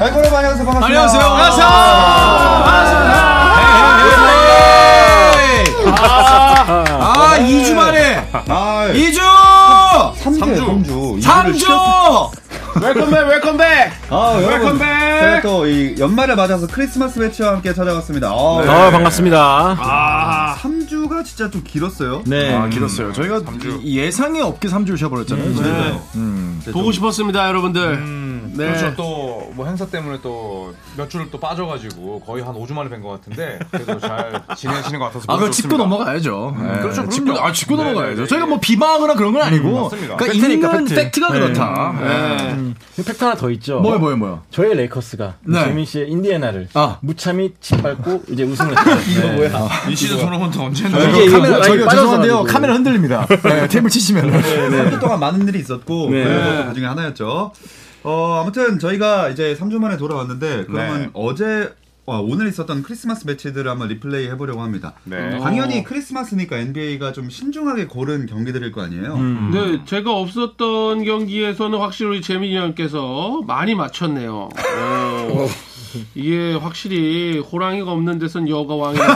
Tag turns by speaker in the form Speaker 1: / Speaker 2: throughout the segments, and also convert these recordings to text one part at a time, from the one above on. Speaker 1: 아이고, 여러분, 안녕하세요. 반갑습니다.
Speaker 2: 안녕하세요. 네, 안녕하세요.
Speaker 1: 네,
Speaker 2: 아, 네. 2주 만에.
Speaker 1: 아,
Speaker 2: 2주!
Speaker 1: 3주, 3주.
Speaker 2: 3주!
Speaker 3: 웰컴백 웰컴백
Speaker 1: 아, 여러분.
Speaker 3: 웰컴백!
Speaker 1: 제가 또 이 연말을 맞아서 크리스마스 매치와 함께 찾아왔습니다. 아,
Speaker 3: 네.
Speaker 4: 아, 반갑습니다.
Speaker 3: 아
Speaker 1: 3주가 진짜 좀 길었어요.
Speaker 2: 네.
Speaker 3: 아, 길었어요 저희가 이-
Speaker 2: 예상이 없게 3주를 쉬어버렸잖아요. 저희가.
Speaker 3: 보고 싶었습니다 여러분들 네.
Speaker 5: 그렇죠. 또 뭐 행사 때문에 또 몇 주를 또 빠져가지고 거의 한 5주 만에 뵌 것 같은데 그래도 잘 지내시는 것 같아서
Speaker 2: 아, 그럼
Speaker 5: 너무
Speaker 2: 짚고
Speaker 5: 좋습니다.
Speaker 2: 넘어가야죠. 네.
Speaker 5: 그렇죠,
Speaker 2: 짚고,
Speaker 5: 그럼요.
Speaker 2: 아, 짚고
Speaker 5: 네,
Speaker 2: 넘어가야죠.
Speaker 5: 네, 네.
Speaker 2: 저희가 뭐 비방하거나 그런 건 아니고.
Speaker 5: 맞습니다.
Speaker 2: 그러니까
Speaker 4: 팩트니까,
Speaker 2: 있는
Speaker 4: 팩트.
Speaker 2: 팩트. 가
Speaker 4: 네.
Speaker 2: 그렇다. 네.
Speaker 4: 팩트 하나 더 있죠.
Speaker 2: 뭐요, 뭐요, 뭐요.
Speaker 4: 저희 레이커스가
Speaker 2: 네.
Speaker 4: 재민 씨의 인디애나를
Speaker 2: 아.
Speaker 4: 무참히 짓밟고 이제 우승을 네. 했어요. 이거 뭐야?
Speaker 5: 이 시즌 손흥민도 언제
Speaker 4: 이게
Speaker 2: 저기
Speaker 4: 이거
Speaker 2: 카메라,
Speaker 4: 뭐-
Speaker 2: 저기
Speaker 4: 아니,
Speaker 2: 죄송한데요.
Speaker 4: 빠져가지고.
Speaker 2: 카메라 흔들립니다. 네, 테이블 치시면.
Speaker 1: 3주 동안 많은 일이 있었고,
Speaker 4: 네.
Speaker 1: 그래서 그 중에 하나였죠. 어, 아무튼 저희가 이제 3주 만에 돌아왔는데, 그러면
Speaker 3: 네.
Speaker 1: 어제, 와, 오늘 있었던 크리스마스 매치들을 한번 리플레이 해보려고 합니다.
Speaker 5: 네.
Speaker 1: 당연히 크리스마스니까 NBA가 좀 신중하게 고른 경기들일 거 아니에요?
Speaker 3: 네, 제가 없었던 경기에서는 확실히 재민이 형께서 많이 맞췄네요. 어, 이게 확실히 호랑이가 없는 데선 여가 왕이라는.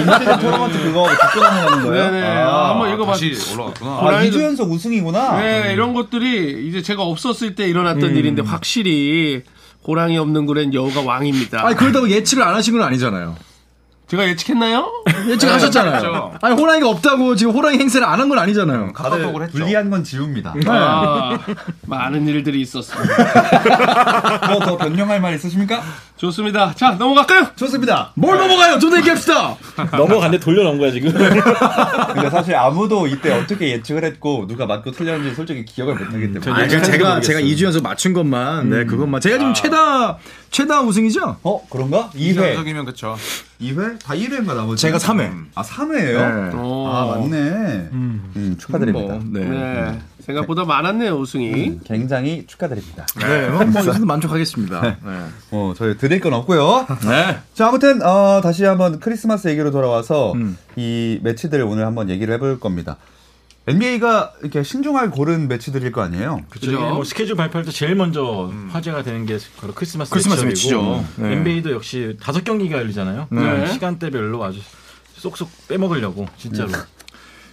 Speaker 1: 인체대 토너먼트 그거 듣고 넘어가는 거예요?
Speaker 3: 네네. 아, 한번 읽어봐.
Speaker 5: 다시 올라갔구나.
Speaker 1: 아,
Speaker 3: 호랑이도-
Speaker 1: 2주 연속 우승이구나?
Speaker 3: 네, 이런 것들이 이제 제가 없었을 때 일어났던 일인데 확실히 호랑이 없는 굴엔 여우가 왕입니다.
Speaker 2: 아니, 그러다고 예측을 안 하신 건 아니잖아요.
Speaker 3: 제가 예측했나요?
Speaker 2: 네. 예측하셨잖아요. 아니, 호랑이가 없다고 지금 호랑이 행세를 안 한 건 아니잖아요.
Speaker 5: 카톡을
Speaker 1: 다들
Speaker 5: 했죠.
Speaker 1: 불리한 건 지웁니다.
Speaker 3: 아, 많은 일들이 있었습니다.
Speaker 1: 뭐 더 변명할 말 있으십니까?
Speaker 3: 좋습니다. 자, 넘어갈까요?
Speaker 1: 좋습니다.
Speaker 2: 뭘 넘어가요? 좀 더 얘기합시다!
Speaker 4: 넘어갔는데 돌려놓은 거야, 지금.
Speaker 1: 근데 사실 아무도 이때 어떻게 예측을 했고 누가 맞고 틀렸는지 솔직히 기억을 못하기 때문에.
Speaker 2: 아니, 그러니까 제가 제가 2주 연속 맞춘 것만 네 그것만 제가 지금 최다 최다 우승이죠?
Speaker 1: 어 그런가? 2회.
Speaker 5: 이상적이면 그쵸.
Speaker 1: 2회? 다 1회인가 나머지?
Speaker 2: 제가 3회.
Speaker 1: 아 3회예요?
Speaker 2: 네.
Speaker 3: 오.
Speaker 1: 아 맞네. 음, 축하드립니다.
Speaker 2: 뭐, 네. 네.
Speaker 3: 네, 생각보다 많았네요, 우승이.
Speaker 1: 굉장히 축하드립니다.
Speaker 2: 뭐, 뭐 이정도 만족하겠습니다. 네.
Speaker 1: 어 저희 드릴 건 없고요.
Speaker 2: 네.
Speaker 1: 자 아무튼 어, 다시 한번 크리스마스 얘기로 돌아와서 이 매치들을 오늘 한번 얘기를 해볼 겁니다. NBA가 이렇게 신중하게 고른 매치들일 거 아니에요?
Speaker 4: 그죠? 이게 뭐 스케줄 발표할 때 제일 먼저 화제가 되는 게 바로 크리스마스,
Speaker 2: 크리스마스
Speaker 4: 매치업이고
Speaker 2: 매치죠. 네.
Speaker 4: NBA도 역시 다섯 경기가 열리잖아요. 음,
Speaker 3: 네.
Speaker 4: 시간대별로 아주 쏙쏙 빼먹으려고 진짜로.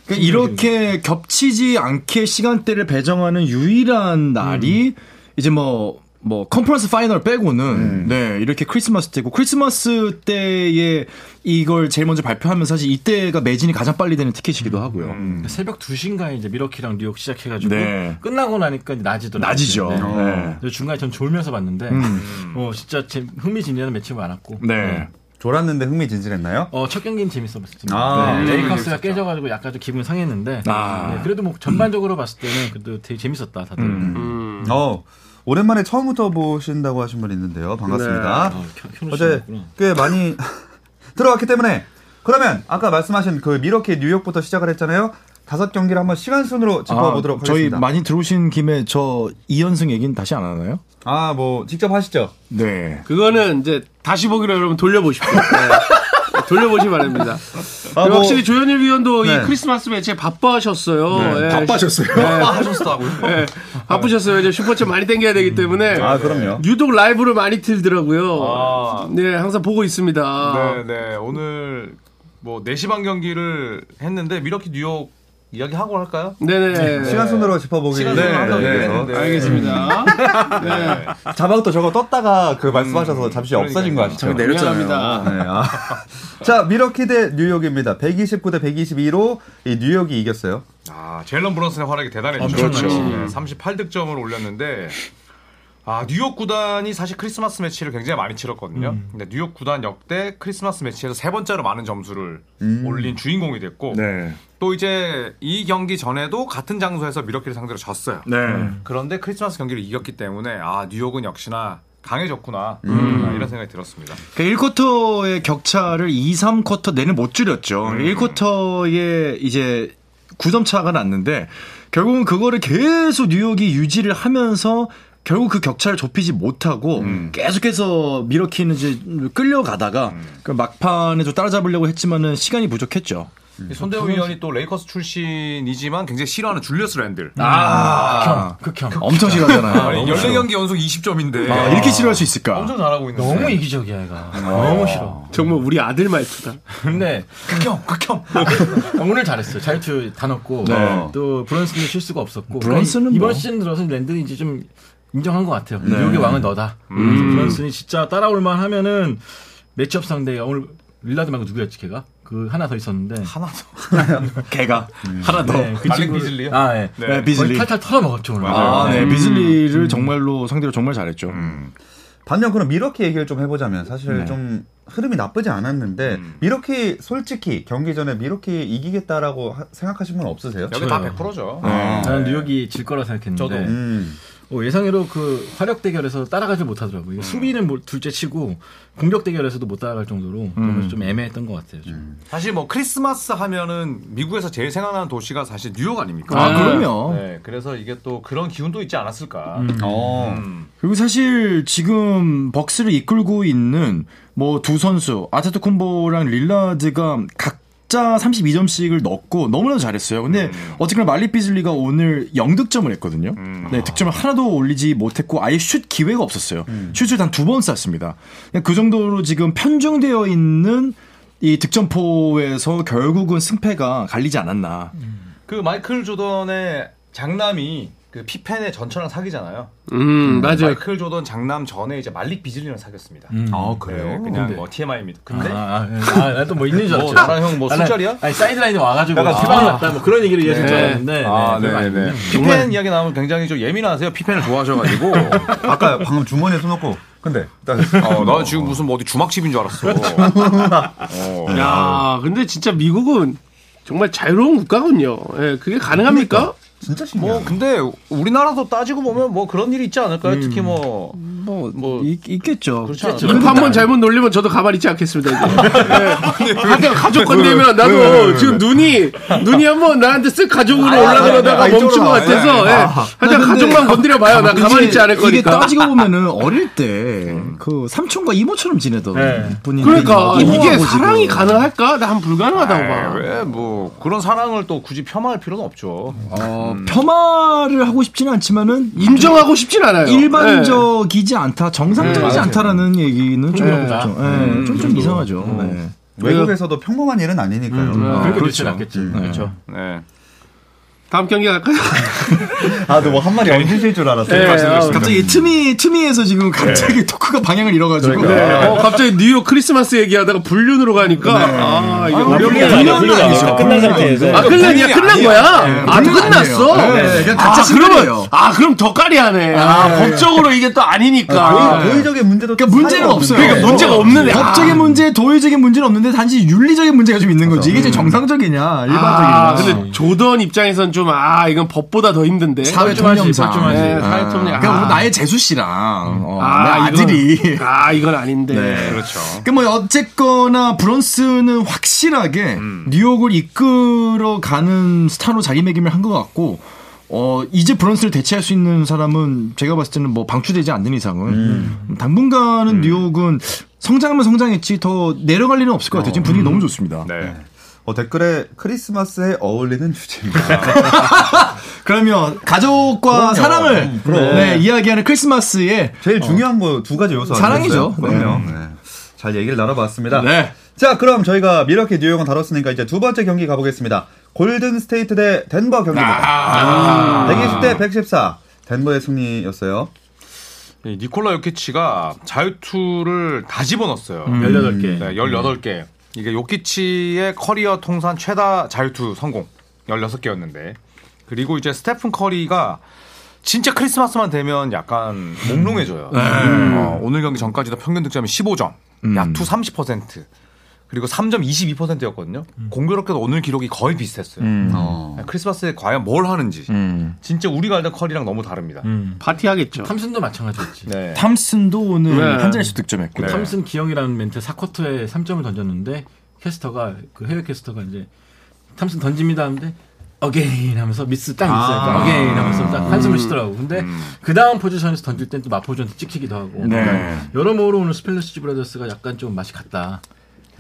Speaker 2: 그러니까 이렇게 겹치지 않게 시간대를 배정하는 유일한 날이 이제 뭐, 뭐, 컨퍼런스 파이널 빼고는, 네, 이렇게 크리스마스 때고, 크리스마스 때에 이걸 제일 먼저 발표하면 사실 이때가 매진이 가장 빨리 되는 티켓이기도 하고요.
Speaker 4: 새벽 2시인가에 이제 미러키랑 뉴욕 시작해가지고
Speaker 2: 네.
Speaker 4: 끝나고 나니까 이제 낮이더라고요.
Speaker 2: 낮이죠.
Speaker 4: 네.
Speaker 1: 어.
Speaker 2: 네.
Speaker 4: 그래서 중간에 전 졸면서 봤는데 어, 진짜 재- 흥미진진한 매치가 많았고
Speaker 2: 네.
Speaker 1: 졸았는데 흥미진진했나요?
Speaker 4: 어, 첫 경기는 재밌었습니다.
Speaker 1: 아,
Speaker 4: 네,
Speaker 5: 네.
Speaker 4: 레이커스가 깨져가지고 약간 좀 기분이 상했는데
Speaker 2: 아.
Speaker 4: 네, 그래도 뭐 전반적으로 봤을 때는 그래도 되게 재밌었다 다들.
Speaker 3: 음.
Speaker 1: 어 오랜만에 처음부터 보신다고 하신 분 있는데요. 반갑습니다.
Speaker 4: 아, 켜- 켜놓으신
Speaker 1: 어제
Speaker 4: 거구나.
Speaker 1: 꽤 많이 들어왔기 때문에 그러면 아까 말씀하신 그 미러키 뉴욕부터 시작을 했잖아요. 다섯 경기를 한번 시간 순으로 짚어보도록
Speaker 2: 아, 저희
Speaker 1: 하겠습니다.
Speaker 2: 많이 들어오신 김에 저 2연승 얘기는 다시 안 하나요?
Speaker 1: 아 뭐 직접 하시죠.
Speaker 2: 네.
Speaker 3: 그거는 이제 다시 보기로 여러분 돌려보십시오. 네. 돌려보시 바랍니다.
Speaker 1: 아,
Speaker 3: 그리고
Speaker 1: 뭐-
Speaker 3: 확실히 조현일 위원도
Speaker 1: 네.
Speaker 3: 이 크리스마스 매체 바빠하셨어요. 예.
Speaker 2: 바빠졌어요.
Speaker 5: 하셨다고요?
Speaker 3: 예. 바쁘셨어요. 이제 슈퍼챗 많이 땡겨야 되기 때문에.
Speaker 5: 네.
Speaker 1: 아 그럼요.
Speaker 3: 유독 라이브를 많이 틀더라고요.
Speaker 5: 아.
Speaker 3: 네, 항상 보고 있습니다.
Speaker 5: 네네. 오늘 뭐 4시 반 경기를 했는데 미러키 뉴욕 이야기 하고 할까요?
Speaker 3: 네, 네.
Speaker 1: 시간 순으로 짚어보기
Speaker 5: 시간
Speaker 1: 위해서
Speaker 5: 순으로 하려고
Speaker 1: 그래서
Speaker 5: 했는데.
Speaker 3: 알겠습니다. 네.
Speaker 1: 자막도 저거 떴다가
Speaker 5: 음,
Speaker 1: 그 말씀하셔서 잠시 없어진 거 아시죠?
Speaker 3: 내려니다
Speaker 1: 네, 아. 자 미러키 대 뉴욕입니다. 129 대 122로 이 뉴욕이 이겼어요.
Speaker 5: 아, 젤런 브런슨의 활약이 대단했죠.
Speaker 4: 엄청나죠. 그렇죠.
Speaker 5: 네, 38득점을 올렸는데 아, 뉴욕 구단이 사실 크리스마스 매치를 굉장히 많이 치렀거든요.
Speaker 4: 음.
Speaker 5: 근데 뉴욕 구단 역대 크리스마스 매치에서 세 번째로 많은 점수를
Speaker 4: 음.
Speaker 5: 올린 주인공이 됐고
Speaker 2: 네.
Speaker 5: 또 이제 이 경기 전에도 같은 장소에서 미러키를 상대로 졌어요. 음.
Speaker 2: 네.
Speaker 5: 그런데 크리스마스 경기를 이겼기 때문에 아, 뉴욕은 역시나 강해졌구나.
Speaker 4: 음.
Speaker 5: 아, 이런 생각이 들었습니다.
Speaker 2: 그러니까 1쿼터의 격차를 2, 3쿼터 내는 못 줄였죠.
Speaker 1: 음.
Speaker 2: 1쿼터에 이제 9점 차가 났는데 결국은 그거를 계속 뉴욕이 유지를 하면서 결국 그 격차를 좁히지 못하고
Speaker 1: 음.
Speaker 2: 계속해서
Speaker 1: 음.
Speaker 2: 미러키는 이제 끌려가다가 그 막판에 좀 따라잡으려고 했지만은 시간이 부족했죠.
Speaker 5: 손대우 위원이 또 레이커스 출신이지만 굉장히 싫어하는 줄리어스 랜들.
Speaker 4: 그
Speaker 2: 아,
Speaker 4: 극혐.
Speaker 5: 그
Speaker 2: 엄청 싫어하잖아요.
Speaker 5: 아니,
Speaker 2: 너무
Speaker 5: 14경기 연속 20점인데.
Speaker 2: 싫어. 아, 이렇게 싫어할 수 있을까?
Speaker 5: 엄청 잘하고 있는데.
Speaker 4: 너무 이기적이야, 얘가. 너무 싫어.
Speaker 3: 정말 우리 아들 말투다.
Speaker 4: 근데
Speaker 5: 극혐, 극혐.
Speaker 4: 오늘 잘했어요. 자유투 다 넣고
Speaker 2: 네.
Speaker 4: 또 브런슨도 실수가 없었고
Speaker 2: 브런슨은
Speaker 4: 그러니까 이번
Speaker 2: 뭐.
Speaker 4: 시즌 들어서 랜드는 이제 좀 인정한 것 같아요. 뉴욕의 왕은 너다. 브런슨이 진짜 따라올만 하면은 매치업 상대가 오늘 릴라드 말고 누구였지 걔가? 그 하나 더 있었는데
Speaker 5: 하나 더.
Speaker 2: 개가 하나 더.
Speaker 4: 네, 그
Speaker 5: 말린
Speaker 4: 친구를-
Speaker 5: 비즐리요?
Speaker 4: 아, 예.
Speaker 5: 네.
Speaker 2: 네,
Speaker 4: 거의
Speaker 2: 비즐리.
Speaker 4: 탈탈 털어먹었죠 오늘.
Speaker 2: 아, 네,
Speaker 4: 네.
Speaker 2: 비즐리를 정말로 상대로 정말 잘했죠.
Speaker 1: 반면 그럼 미러키 얘기를 좀 해보자면 사실 좀 흐름이 나쁘지 않았는데 미러키 솔직히 경기 전에 미러키 이기겠다라고 하- 생각하신 분 없으세요?
Speaker 5: 여기 다 100%죠. 아.
Speaker 4: 나는 뉴욕이 질 거라 생각했는데
Speaker 5: 저도.
Speaker 1: 음.
Speaker 4: 어, 예상외로 그 화력 대결에서 따라가지 못하더라고요. 수비는 뭐 둘째 치고 공격 대결에서도 못 따라갈 정도로 정말 좀 애매했던 것 같아요. 좀.
Speaker 5: 사실 뭐 크리스마스 하면은 미국에서 제일 생각나는 도시가 사실 뉴욕 아닙니까?
Speaker 2: 아, 그럼요.
Speaker 5: 네, 그래서 이게 또 그런 기운도 있지 않았을까. 음.
Speaker 1: 어.
Speaker 2: 그리고 사실 지금 벅스를 이끌고 있는 뭐 두 선수 아테토콤보랑 릴라드가 각자 32점씩을 넣었고 너무나도 잘했어요. 근데 어쨌거나 말리 비즐리가 오늘 0득점을 했거든요. 네, 득점을 하나도 올리지 못했고 아예 슛 기회가 없었어요. 슛을 단 두 번 쐈습니다. 그냥 그 정도로 지금 편중되어 있는 이 득점포에서 결국은 승패가 갈리지 않았나.
Speaker 5: 그 마이클 조던의 장남이 그 피펜의 전처랑 사귀잖아요.
Speaker 3: 음, 맞아요.
Speaker 5: 마이클 조던 장남 전에 이제 말릭 비즐리랑 사귀었습니다.
Speaker 2: 아,
Speaker 5: 네, 그냥
Speaker 4: 근데-
Speaker 5: 뭐 TMI입니다. 근데
Speaker 4: 아, 난 또 뭐 있는 줄
Speaker 5: 뭐
Speaker 4: 알았죠.
Speaker 5: 나랑 형뭐
Speaker 4: 아, 나-
Speaker 5: 술자리야?
Speaker 4: 아니, 사이드라인에 와가지고.
Speaker 5: 약간
Speaker 4: 아,
Speaker 5: 수방이
Speaker 4: 났다. 뭐 그런 얘기를 이어질 줄 알았는데.
Speaker 5: 아,
Speaker 4: 별거
Speaker 5: 네,
Speaker 4: 아니네요.
Speaker 5: 네. 피펜 이야기 나오면 굉장히 좀 예민하세요. 피펜을 좋아하셔가지고.
Speaker 1: 아까 방금 주머니에 손 넣고 근데 딱
Speaker 5: 어, 그렇죠. 나 지금 무슨 뭐 어디 주막집인 줄 알았어. 어.
Speaker 3: 야, 근데 진짜 미국은 정말 자유로운 국가군요. 예, 그게 가능합니까?
Speaker 1: 진짜 신기해.
Speaker 5: 뭐 근데 우리나라도 따지고 보면 뭐 그런 일이 있지 않을까요? 특히 뭐
Speaker 2: 뭐,
Speaker 5: 뭐-
Speaker 2: 있, 있겠죠.
Speaker 5: 그렇지 않아요?
Speaker 3: 입 한 번 잘못 놀리면 저도 가만히 있지 않겠습니다. 이제. 예. 하여튼 가족 건드리면 나도 지금 눈이 눈이 한번 나한테 쓱 가족으로 올라가려다가 멈춘 것 같아서. 예. 하여튼 가족만 건드려 봐요. 나 아, 가만히 있지 않을
Speaker 2: 이게
Speaker 3: 거니까.
Speaker 2: 따지고 보면은 어릴 때 그 삼촌과 이모처럼 지내던
Speaker 4: 네.
Speaker 2: 분인데
Speaker 3: 그러니까
Speaker 2: 이모하고
Speaker 3: 이게
Speaker 2: 지금
Speaker 3: 사랑이 가능할까? 난 불가능하다고 봐.
Speaker 5: 네, 아, 왜 뭐 그런 사랑을 또 굳이 폄하할 필요는 없죠.
Speaker 2: 어, 폄하를 하고 싶지는 않지만은
Speaker 3: 인정하고 싶진 않아요.
Speaker 2: 일반적이지 않다, 정상적이지
Speaker 5: 네.
Speaker 2: 않다라는 얘기는 좀
Speaker 3: 네.
Speaker 2: 그렇죠. 네, 좀, 좀 이상하죠.
Speaker 3: 음.
Speaker 2: 네.
Speaker 1: 외국에서도 평범한 일은 아니니까요.
Speaker 4: 그리고 그렇죠. 났겠죠. 그렇죠.
Speaker 5: 네.
Speaker 3: 예. 다음 경기 갈까요?
Speaker 1: 아, 너 뭐 한 마리 얹으실 줄 알았어요. 아,
Speaker 3: 네,
Speaker 1: 말씀드렸습니다.
Speaker 2: 갑자기 틈이 틈이에서 지금 갑자기 토크가 방향을 잃어가지고
Speaker 3: 어, 갑자기 뉴욕 크리스마스 얘기하다가 불륜으로 가니까 아 이게 어려운
Speaker 2: 불륜이
Speaker 3: 게
Speaker 2: 아니라 아니죠.
Speaker 6: 끝난 상태에서
Speaker 2: 네.
Speaker 3: 아 끝난 이야 끝난 거야? 아
Speaker 2: 불륜이
Speaker 3: 끝났어?
Speaker 2: 네, 아니에요. 네, 그냥
Speaker 3: 아
Speaker 2: 각자
Speaker 3: 그러면
Speaker 2: 시끄러워요.
Speaker 3: 아 그럼 더 까리하네. 아 법적으로 이게 또 아니니까.
Speaker 1: 네. 도의- 도의적인 문제도
Speaker 2: 그러니까 문제는
Speaker 1: 사이가
Speaker 2: 없어요.
Speaker 1: 없는데.
Speaker 3: 그러니까 문제가 네. 없는데. 아.
Speaker 2: 법적인 문제, 도의적인 문제는 없는데 단지 윤리적인 문제가 좀 있는 거지. 이게 이제 정상적이냐, 일반적이냐.
Speaker 3: 음. 아 근데 조던 입장에선 좀 아 이건 법보다 더 힘든데.
Speaker 2: 사회
Speaker 4: 좀 하지,
Speaker 2: 통념상.
Speaker 4: 좀 하지.
Speaker 2: 네.
Speaker 3: 사회 통념.
Speaker 2: 그러니까
Speaker 3: 아.
Speaker 2: 뭐 나의 재수 씨랑 어,
Speaker 3: 아,
Speaker 2: 내 아들이.
Speaker 3: 이건, 아 이건 아닌데.
Speaker 5: 그렇죠.
Speaker 2: 그러니까 뭐 어쨌거나 브런스는 확실하게 뉴욕을 이끌어가는 스타로 자리매김을 한 것 같고 어 이제 브런스를 대체할 수 있는 사람은 제가 봤을 때는 뭐 방출되지 않는 이상은 당분간은 뉴욕은 성장하면 성장했지 더 내려갈 일은 없을 것 같아요. 지금 분위기 너무 좋습니다.
Speaker 5: 네.
Speaker 1: 어, 댓글에 크리스마스에 어울리는 주제입니다.
Speaker 2: 그러면
Speaker 1: 그럼요.
Speaker 2: 가족과 사랑을
Speaker 1: 음, 그럼.
Speaker 2: 네, 이야기하는 크리스마스에
Speaker 1: 제일
Speaker 3: 어.
Speaker 1: 중요한 거 두 가지 요소
Speaker 2: 사랑이죠.
Speaker 1: 아니겠어요? 그럼요. 네. 잘 얘기를 나눠봤습니다.
Speaker 2: 네.
Speaker 1: 자, 그럼 저희가 미러키 뉴욕은 다뤘으니까 이제 두 번째 경기 가보겠습니다. 골든 스테이트 대 덴버
Speaker 3: 아.
Speaker 1: 경기입니다. 120대 114. 덴버의 승리였어요.
Speaker 5: 이 예, 니콜라 요키치가 자유투를 다 집어넣었어요.
Speaker 4: 18개.
Speaker 5: 네, 18개. 이게 요키치의 커리어 통산 최다 자유투 성공. 16개였는데. 그리고 이제 스테픈 커리가 진짜 크리스마스만 되면 약간 몽롱해져요. 어, 오늘 경기 전까지도 평균 득점이 15점, 야투 30%, 그리고 3점 22%였거든요. 공교롭게도 오늘 기록이 거의 비슷했어요. 네,
Speaker 1: 어.
Speaker 5: 크리스마스에 과연 뭘 하는지 진짜 우리가 알던 커리랑 너무 다릅니다.
Speaker 3: 음. 파티하겠죠.
Speaker 4: 탐슨도 마찬가지였지.
Speaker 5: 네.
Speaker 2: 탐슨도 오늘
Speaker 3: 네.
Speaker 2: 한 잔씩 득점했고
Speaker 5: 네.
Speaker 4: 탐슨 기영이라는 멘트 4쿼터에 3점을 던졌는데 캐스터가 그 해외 캐스터가 이제 탐슨 던집니다 하는데 어게인 하면서 미스 딱 미스
Speaker 1: 아.
Speaker 4: 어게인 하면서 딱
Speaker 2: 음.
Speaker 4: 한숨을 쉬더라고. 근데 그 다음 포지션에서 던질 땐 또 마포즈한테 찍히기도 하고.
Speaker 2: 네.
Speaker 4: 그러니까 여러모로 오늘 스펠러시 브라더스가 약간 좀 맛이 갔다.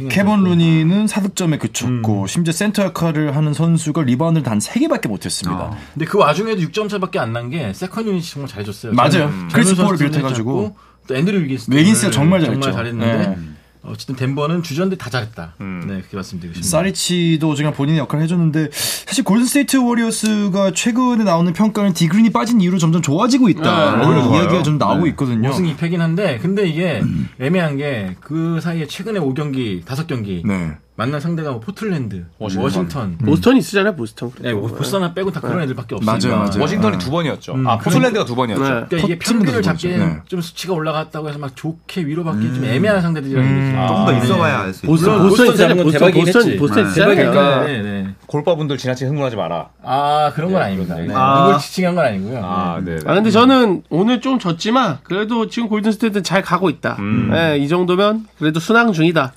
Speaker 2: 음, 케본 루니는 사득점에 그쳤고 심지어 센터 역할을 하는 선수가 리바운드를 단 3개밖에 못했습니다.
Speaker 4: 근데 그 와중에도 6점 차밖에 안 난 게 세컨 유닛이 정말 잘해줬어요.
Speaker 2: 맞아요.
Speaker 4: 저는 전현
Speaker 2: 크리스
Speaker 4: 선수를
Speaker 2: 포를 비롯해가지고.
Speaker 4: 잡고 또 앤드류 위긴스
Speaker 2: 위긴스가 정말 잘했죠.
Speaker 4: 했는데
Speaker 2: 네. 음.
Speaker 4: 어쨌든 덴버는 주전들 다 잘했다. 네 그렇게 말씀드리고 싶습니다.
Speaker 2: 사리치도 어지간 본인의 역할을 해줬는데 사실 골든스테이트 워리어스가 최근에 나오는 평가는 디그린이 빠진 이후로 점점 좋아지고 있다
Speaker 1: 오히려
Speaker 2: 라는
Speaker 1: 좋아요.
Speaker 2: 이야기가 좀 나오고 있거든요. 음.
Speaker 4: 5승 2패긴 한데 근데 이게 애매한 게 그 사이에 최근에 5경기 5경기
Speaker 2: 네. 음.
Speaker 4: 만난 상대가 뭐 포틀랜드, 워싱턴,
Speaker 3: 보스턴 있으잖아요, 보스턴.
Speaker 4: 네, 뭐 보스 하나 빼고 다 그런 애들밖에 없으니까.
Speaker 2: 네. 맞아요, 맞아요.
Speaker 5: 워싱턴이 두 번이었죠. 아 포틀랜드가 두 번이었죠.
Speaker 3: 네.
Speaker 4: 그러니까 이게
Speaker 2: 포트랜드도
Speaker 4: 평균을 잡기엔
Speaker 2: 그렇죠. 네. 음.
Speaker 4: 좀 수치가 올라갔다고 해서 막 좋게 위로받기 좀 애매한 상대들이라는 느낌.
Speaker 1: 조금 더 있어봐야 알 수 있어요.
Speaker 3: 아. 보스턴,
Speaker 4: 보스턴
Speaker 3: 보스턴 있잖아요,
Speaker 4: 사람은
Speaker 3: 보스턴,
Speaker 4: 대박이긴
Speaker 3: 보스턴,
Speaker 4: 했지.
Speaker 3: 보스턴
Speaker 1: 네.
Speaker 3: 있잖아요. 그러니까
Speaker 1: 대박이니까.
Speaker 4: 네, 네.
Speaker 5: 골퍼분들 지나치게 흥분하지 마라.
Speaker 4: 아 그런 건 아닙니다. 네.
Speaker 1: 아.
Speaker 4: 누굴 지칭한 건 아니고요.
Speaker 5: 아, 네.
Speaker 3: 아, 근데 저는 오늘 좀 졌지만, 그래도 지금 골든스테이트는 잘 가고 있다. 예, 이 정도면 그래도 순항 중이다.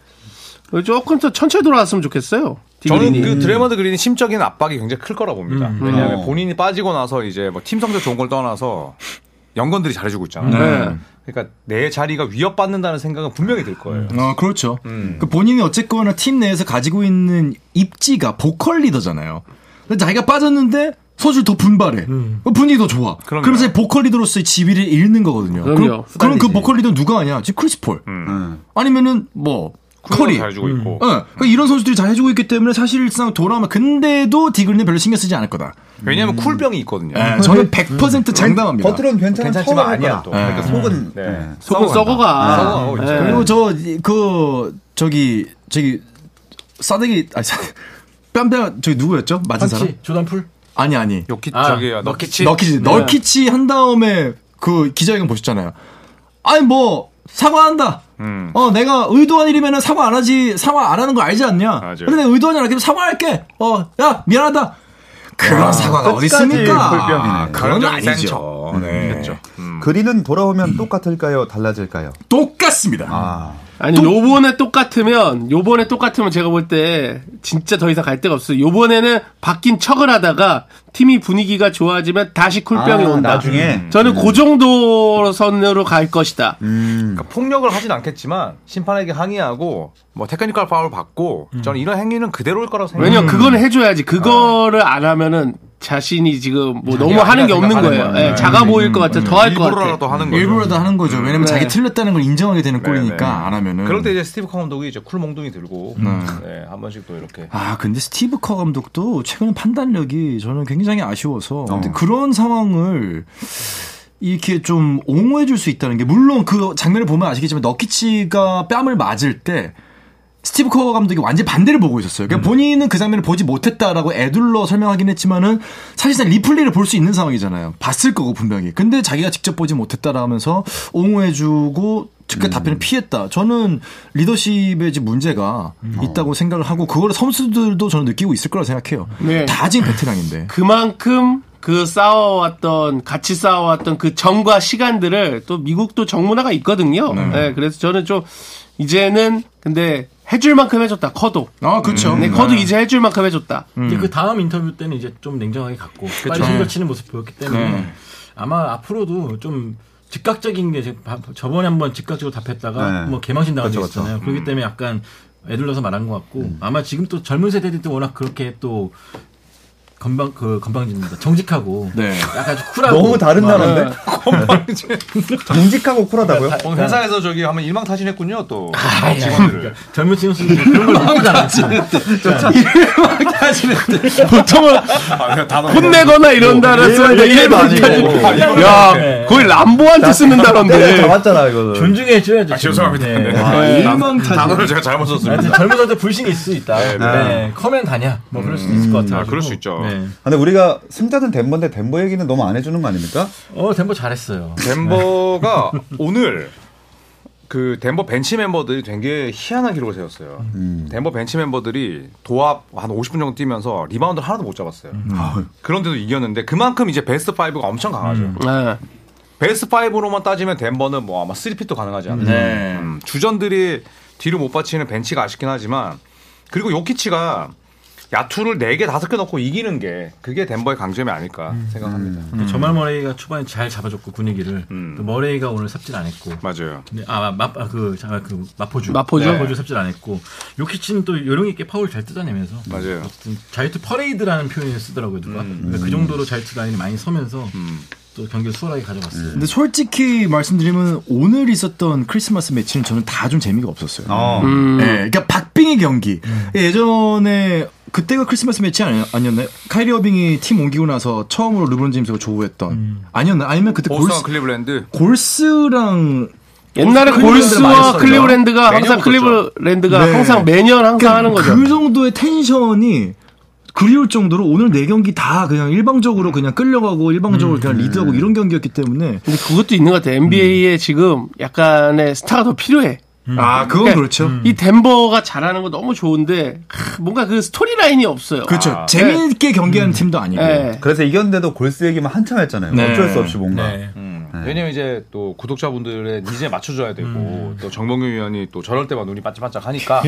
Speaker 3: 조금 더 천천히 돌아왔으면 좋겠어요.
Speaker 5: 저는
Speaker 3: 디그린이.
Speaker 5: 그 드레머드 그린이 심적인 압박이 굉장히 클 거라 봅니다. 왜냐하면
Speaker 1: 어.
Speaker 5: 본인이 빠지고 나서 이제 뭐 팀 성적 좋은 걸 떠나서 연건들이 잘해주고 있잖아요.
Speaker 3: 네.
Speaker 5: 그러니까 내 자리가 위협받는다는 생각은 분명히 들 거예요.
Speaker 2: 어, 그렇죠. 그 본인이 어쨌거나 팀 내에서 가지고 있는 입지가 보컬 리더잖아요. 근데 자기가 빠졌는데 소질 더 분발해. 그 분위기 더 좋아.
Speaker 5: 그럼요.
Speaker 2: 그러면서 보컬 리더로서의 지위를 잃는 거거든요.
Speaker 3: 그럼요.
Speaker 2: 그럼 그
Speaker 1: 후달리지.
Speaker 2: 보컬 리더 누가 하냐? 지금 크리스폴.
Speaker 1: 음.
Speaker 2: 아니면은 뭐 커리.
Speaker 5: 잘해주고 있고.
Speaker 2: 예, 그러니까 이런 선수들이 잘 해주고 있기 때문에 사실상 돌아오면 근데도 디그린은 별로 신경 쓰지 않을 거다.
Speaker 5: 왜냐하면 쿨병이 있거든요.
Speaker 2: 예, 저는 100% 장담합니다.
Speaker 1: 겉으로는 괜찮은
Speaker 5: 괜찮지만
Speaker 1: 척을 할
Speaker 5: 아니야
Speaker 1: 거다.
Speaker 5: 또.
Speaker 2: 네.
Speaker 5: 그러니까
Speaker 1: 속은
Speaker 5: 네.
Speaker 1: 네.
Speaker 3: 속은 썩어가.
Speaker 5: 썩어가고 네. 있죠.
Speaker 3: 예.
Speaker 2: 그리고 저 그 저기 저기 싸대기 아니 싸- 뺨뺨 저기 누구였죠? 맞은 사람?
Speaker 4: 한치 조단풀.
Speaker 2: 아니 아니
Speaker 5: 요키
Speaker 4: 아,
Speaker 5: 저기
Speaker 4: 너키치.
Speaker 2: 너키치 너키치 한 다음에 그 기자회견 보셨잖아요. 아니 뭐 사과한다.
Speaker 5: 음.
Speaker 2: 어 내가 의도한 일이면 사과 안 하지 사과 안 하는 거 알지 않냐?
Speaker 5: 맞아요.
Speaker 2: 근데 내가 의도하지 않았기 때문에 사과할게. 어야 미안하다. 그런 사과가 어디 있습니까? 아, 그건
Speaker 5: 감정이
Speaker 2: 아니죠.
Speaker 5: 상처.
Speaker 2: 네.
Speaker 1: 음. 그리는 돌아오면 똑같을까요? 달라질까요?
Speaker 2: 똑같습니다.
Speaker 1: 아,
Speaker 3: 아니 요번에 똑같으면 요번에 똑같으면 제가 볼 때 진짜 더 이상 갈 데가 없어요. 요번에는 바뀐 척을 하다가 팀이 분위기가 좋아지면 다시 쿨병이
Speaker 1: 아,
Speaker 3: 온다.
Speaker 1: 나중에?
Speaker 3: 저는 그 정도 선으로 갈 것이다.
Speaker 1: 음.
Speaker 5: 그러니까 폭력을 하진 않겠지만 심판에게 항의하고 뭐 테크니컬 파울 받고 저는 이런 행위는 그대로일 거라고 생각해요.
Speaker 3: 왜냐 면 그건 해줘야지. 그거를 안 하면은 자신이 지금 뭐 너무
Speaker 5: 아니라
Speaker 3: 하는 게 없는
Speaker 5: 생각하는
Speaker 3: 거예요.
Speaker 5: 거예요.
Speaker 3: 예, 작아 보일 것 같아, 더 할 것 같아.
Speaker 5: 일부러라도 하는 거죠.
Speaker 2: 일부러도 하는 거죠. 왜냐면 자기 틀렸다는 걸 인정하게 되는
Speaker 5: 네,
Speaker 2: 꼴이니까
Speaker 5: 네.
Speaker 2: 안 하면은.
Speaker 5: 그럴 때 이제 스티브 커 감독이 이제 쿨 몽둥이 들고 네, 한 번씩 또 이렇게
Speaker 2: 아 근데 스티브 커 감독도 최근에 판단력이 저는 굉장히 아쉬워서 근데 그런 상황을 이렇게 좀 옹호해 줄 수 있다는 게 물론 그 장면을 보면 아시겠지만 너키치가 뺨을 맞을 때 스티브 커 감독이 완전 히 반대를 보고 있었어요. 그러니까 본인은 그 장면을 보지 못했다라고 애둘러 설명하긴 했지만은 사실상 리플레이를 볼 수 있는 상황이잖아요. 봤을 거고 분명히. 근데 자기가 직접 보지 못했다라 하면서 옹호해주고 즉각 답변을 피했다. 저는 리더십에 지금 문제가 있다고 생각을 하고 그걸 선수들도 저는 느끼고 있을 거라 생각해요.
Speaker 3: 네.
Speaker 2: 다 지금 베테랑인데.
Speaker 3: 그만큼 그 싸워왔던 같이 싸워왔던 그 정과 시간들을 또 미국도 정문화가 있거든요. 예, 그래서 저는 좀 이제는 근데 해줄 만큼 해줬다. 커도.
Speaker 2: 아 그렇죠.
Speaker 3: 네, 커도 이제 해줄 만큼 해줬다.
Speaker 4: 이제 그 다음 인터뷰 때는 이제 좀 냉정하게 갔고 빨리 손절치는 모습 보였기 때문에 아마 앞으로도 좀 즉각적인 게 이제 바- 저번에 한번 즉각적으로 답했다가
Speaker 1: 네.
Speaker 4: 뭐 개망신 당한 적
Speaker 1: 그쵸, 그쵸.
Speaker 4: 있었잖아요. 그렇기 때문에 약간 애둘러서 말한 것 같고 아마 지금 또 젊은 세대들도 워낙 그렇게 또 건방 그 건방집니다. 정직하고
Speaker 2: 네.
Speaker 4: 약간 좀 쿨하고
Speaker 1: 너무 다른
Speaker 3: 네.
Speaker 4: 막
Speaker 1: 나라인데? 정직하고 쿨하다고요?
Speaker 5: 어, 회사에서 저기 한번 일망타진했군요 또 직원들을
Speaker 4: 그러니까 젊은 친구들 그런 걸 너무 잘하지.
Speaker 3: 보통은
Speaker 5: 아, 예.
Speaker 3: 혼내거나 이런 단어 쓰는데
Speaker 1: 일일
Speaker 3: 일만
Speaker 1: 많이 먹어.
Speaker 3: 야, 거의 람보한테 쓰는
Speaker 1: 때려
Speaker 3: 단어인데.
Speaker 1: 네. 잡았잖아 이거.
Speaker 4: 존중해 줘야죠. 아, 네. 죄송합니다.
Speaker 1: 아,
Speaker 5: 단어를 제가 잘못 썼습니다.
Speaker 4: 하여튼 젊은 사람들 불신이 있을 수 있다. 네, 커맨 다냐? 뭐 그럴 수도 있을 것 같아요.
Speaker 5: 아, 그럴 수 있죠.
Speaker 4: 네.
Speaker 1: 근데 우리가 승자는 덴버인데 덴버 얘기는 너무 안 해주는 거 아닙니까?
Speaker 4: 어, 덴버 잘했어요.
Speaker 5: 덴버가 오늘 그 덴버 벤치 멤버들이 되게 희한한 기록을 세웠어요.
Speaker 2: 음.
Speaker 5: 덴버 벤치 멤버들이 도합 한 50분 정도 뛰면서 리바운드를 하나도 못 잡았어요.
Speaker 2: 음. 아.
Speaker 5: 그런데도 이겼는데 그만큼 이제 베스트 5가 엄청 강하죠.
Speaker 2: 음.
Speaker 3: 예.
Speaker 5: 베스트 5로만 따지면 덴버는 뭐 아마 3핏도 가능하지 않나요? 음, 주전들이 뒤로 못 받치는 벤치가 아쉽긴 하지만 그리고 요키치가 야투를 4개, 5개 넣고 이기는 게 그게 덴버의 강점이 아닐까
Speaker 2: 음.
Speaker 5: 생각합니다.
Speaker 4: 저말 머레이가 초반에 잘 잡아줬고 분위기를
Speaker 5: 음.
Speaker 4: 또 머레이가 오늘 삽질 안 했고
Speaker 5: 맞아요.
Speaker 4: 네, 아, 마, 아, 그, 잠깐, 그, 마포주.
Speaker 2: 마포주?
Speaker 4: 마포주 삽질 안 했고. 요키치는 또 요령 있게 파울 잘 뜯어내면서.
Speaker 5: 맞아요. 음.
Speaker 4: 어쨌든 자유투 퍼레이드라는 표현을 쓰더라고요, 누가. 그러니까 그 정도로 자유투 라인이 많이 서면서 또 경기를 수월하게 가져갔어요.
Speaker 5: 네.
Speaker 2: 근데 솔직히 말씀드리면 오늘 있었던 크리스마스 매치는 저는 다 좀 재미가 없었어요.
Speaker 1: 어.
Speaker 3: 음.
Speaker 2: 예, 그러니까 박빙의 경기. 예, 예전에 그때가 크리스마스 매치 아니, 아니었나요? 카이리 어빙이 팀 옮기고 나서 처음으로 르브론 제임스가 조우했던 아니었나? 아니면 그때
Speaker 5: 보스턴
Speaker 2: 골스,
Speaker 5: 클리블랜드
Speaker 2: 골스랑
Speaker 3: 옛날에
Speaker 2: 클리블랜드가 많이
Speaker 3: 골스와
Speaker 2: 했었죠.
Speaker 3: 클리브랜드가 항상
Speaker 5: 매년 붙었죠.
Speaker 3: 클리브랜드가
Speaker 2: 네.
Speaker 3: 항상 매년 항상 하는 거죠.
Speaker 2: 그 정도의 텐션이 그리울 정도로 오늘 네 경기 다 그냥 일방적으로 그냥 끌려가고 일방적으로 그냥 리드하고 이런 경기였기 때문에
Speaker 3: 근데 그것도 있는 것 같아. NBA에 지금 약간의 스타가 더 필요해.
Speaker 2: 아 그건
Speaker 3: 그러니까
Speaker 2: 그렇죠.
Speaker 3: 이 덴버가 잘하는 거 너무 좋은데 하, 뭔가 그 스토리 라인이 없어요.
Speaker 2: 그렇죠. 재미있게 경기하는 팀도 아니고.
Speaker 3: 예.
Speaker 1: 그래서 이겼는데도 골스 얘기만 한참 했잖아요.
Speaker 2: 네.
Speaker 1: 어쩔 수 없이 뭔가.
Speaker 5: 음. 네. 왜냐면 이제 또 구독자분들의 니즈에 맞춰줘야 되고 또 정봉규 위원이 또 저럴 때만 눈이 반짝반짝 하니까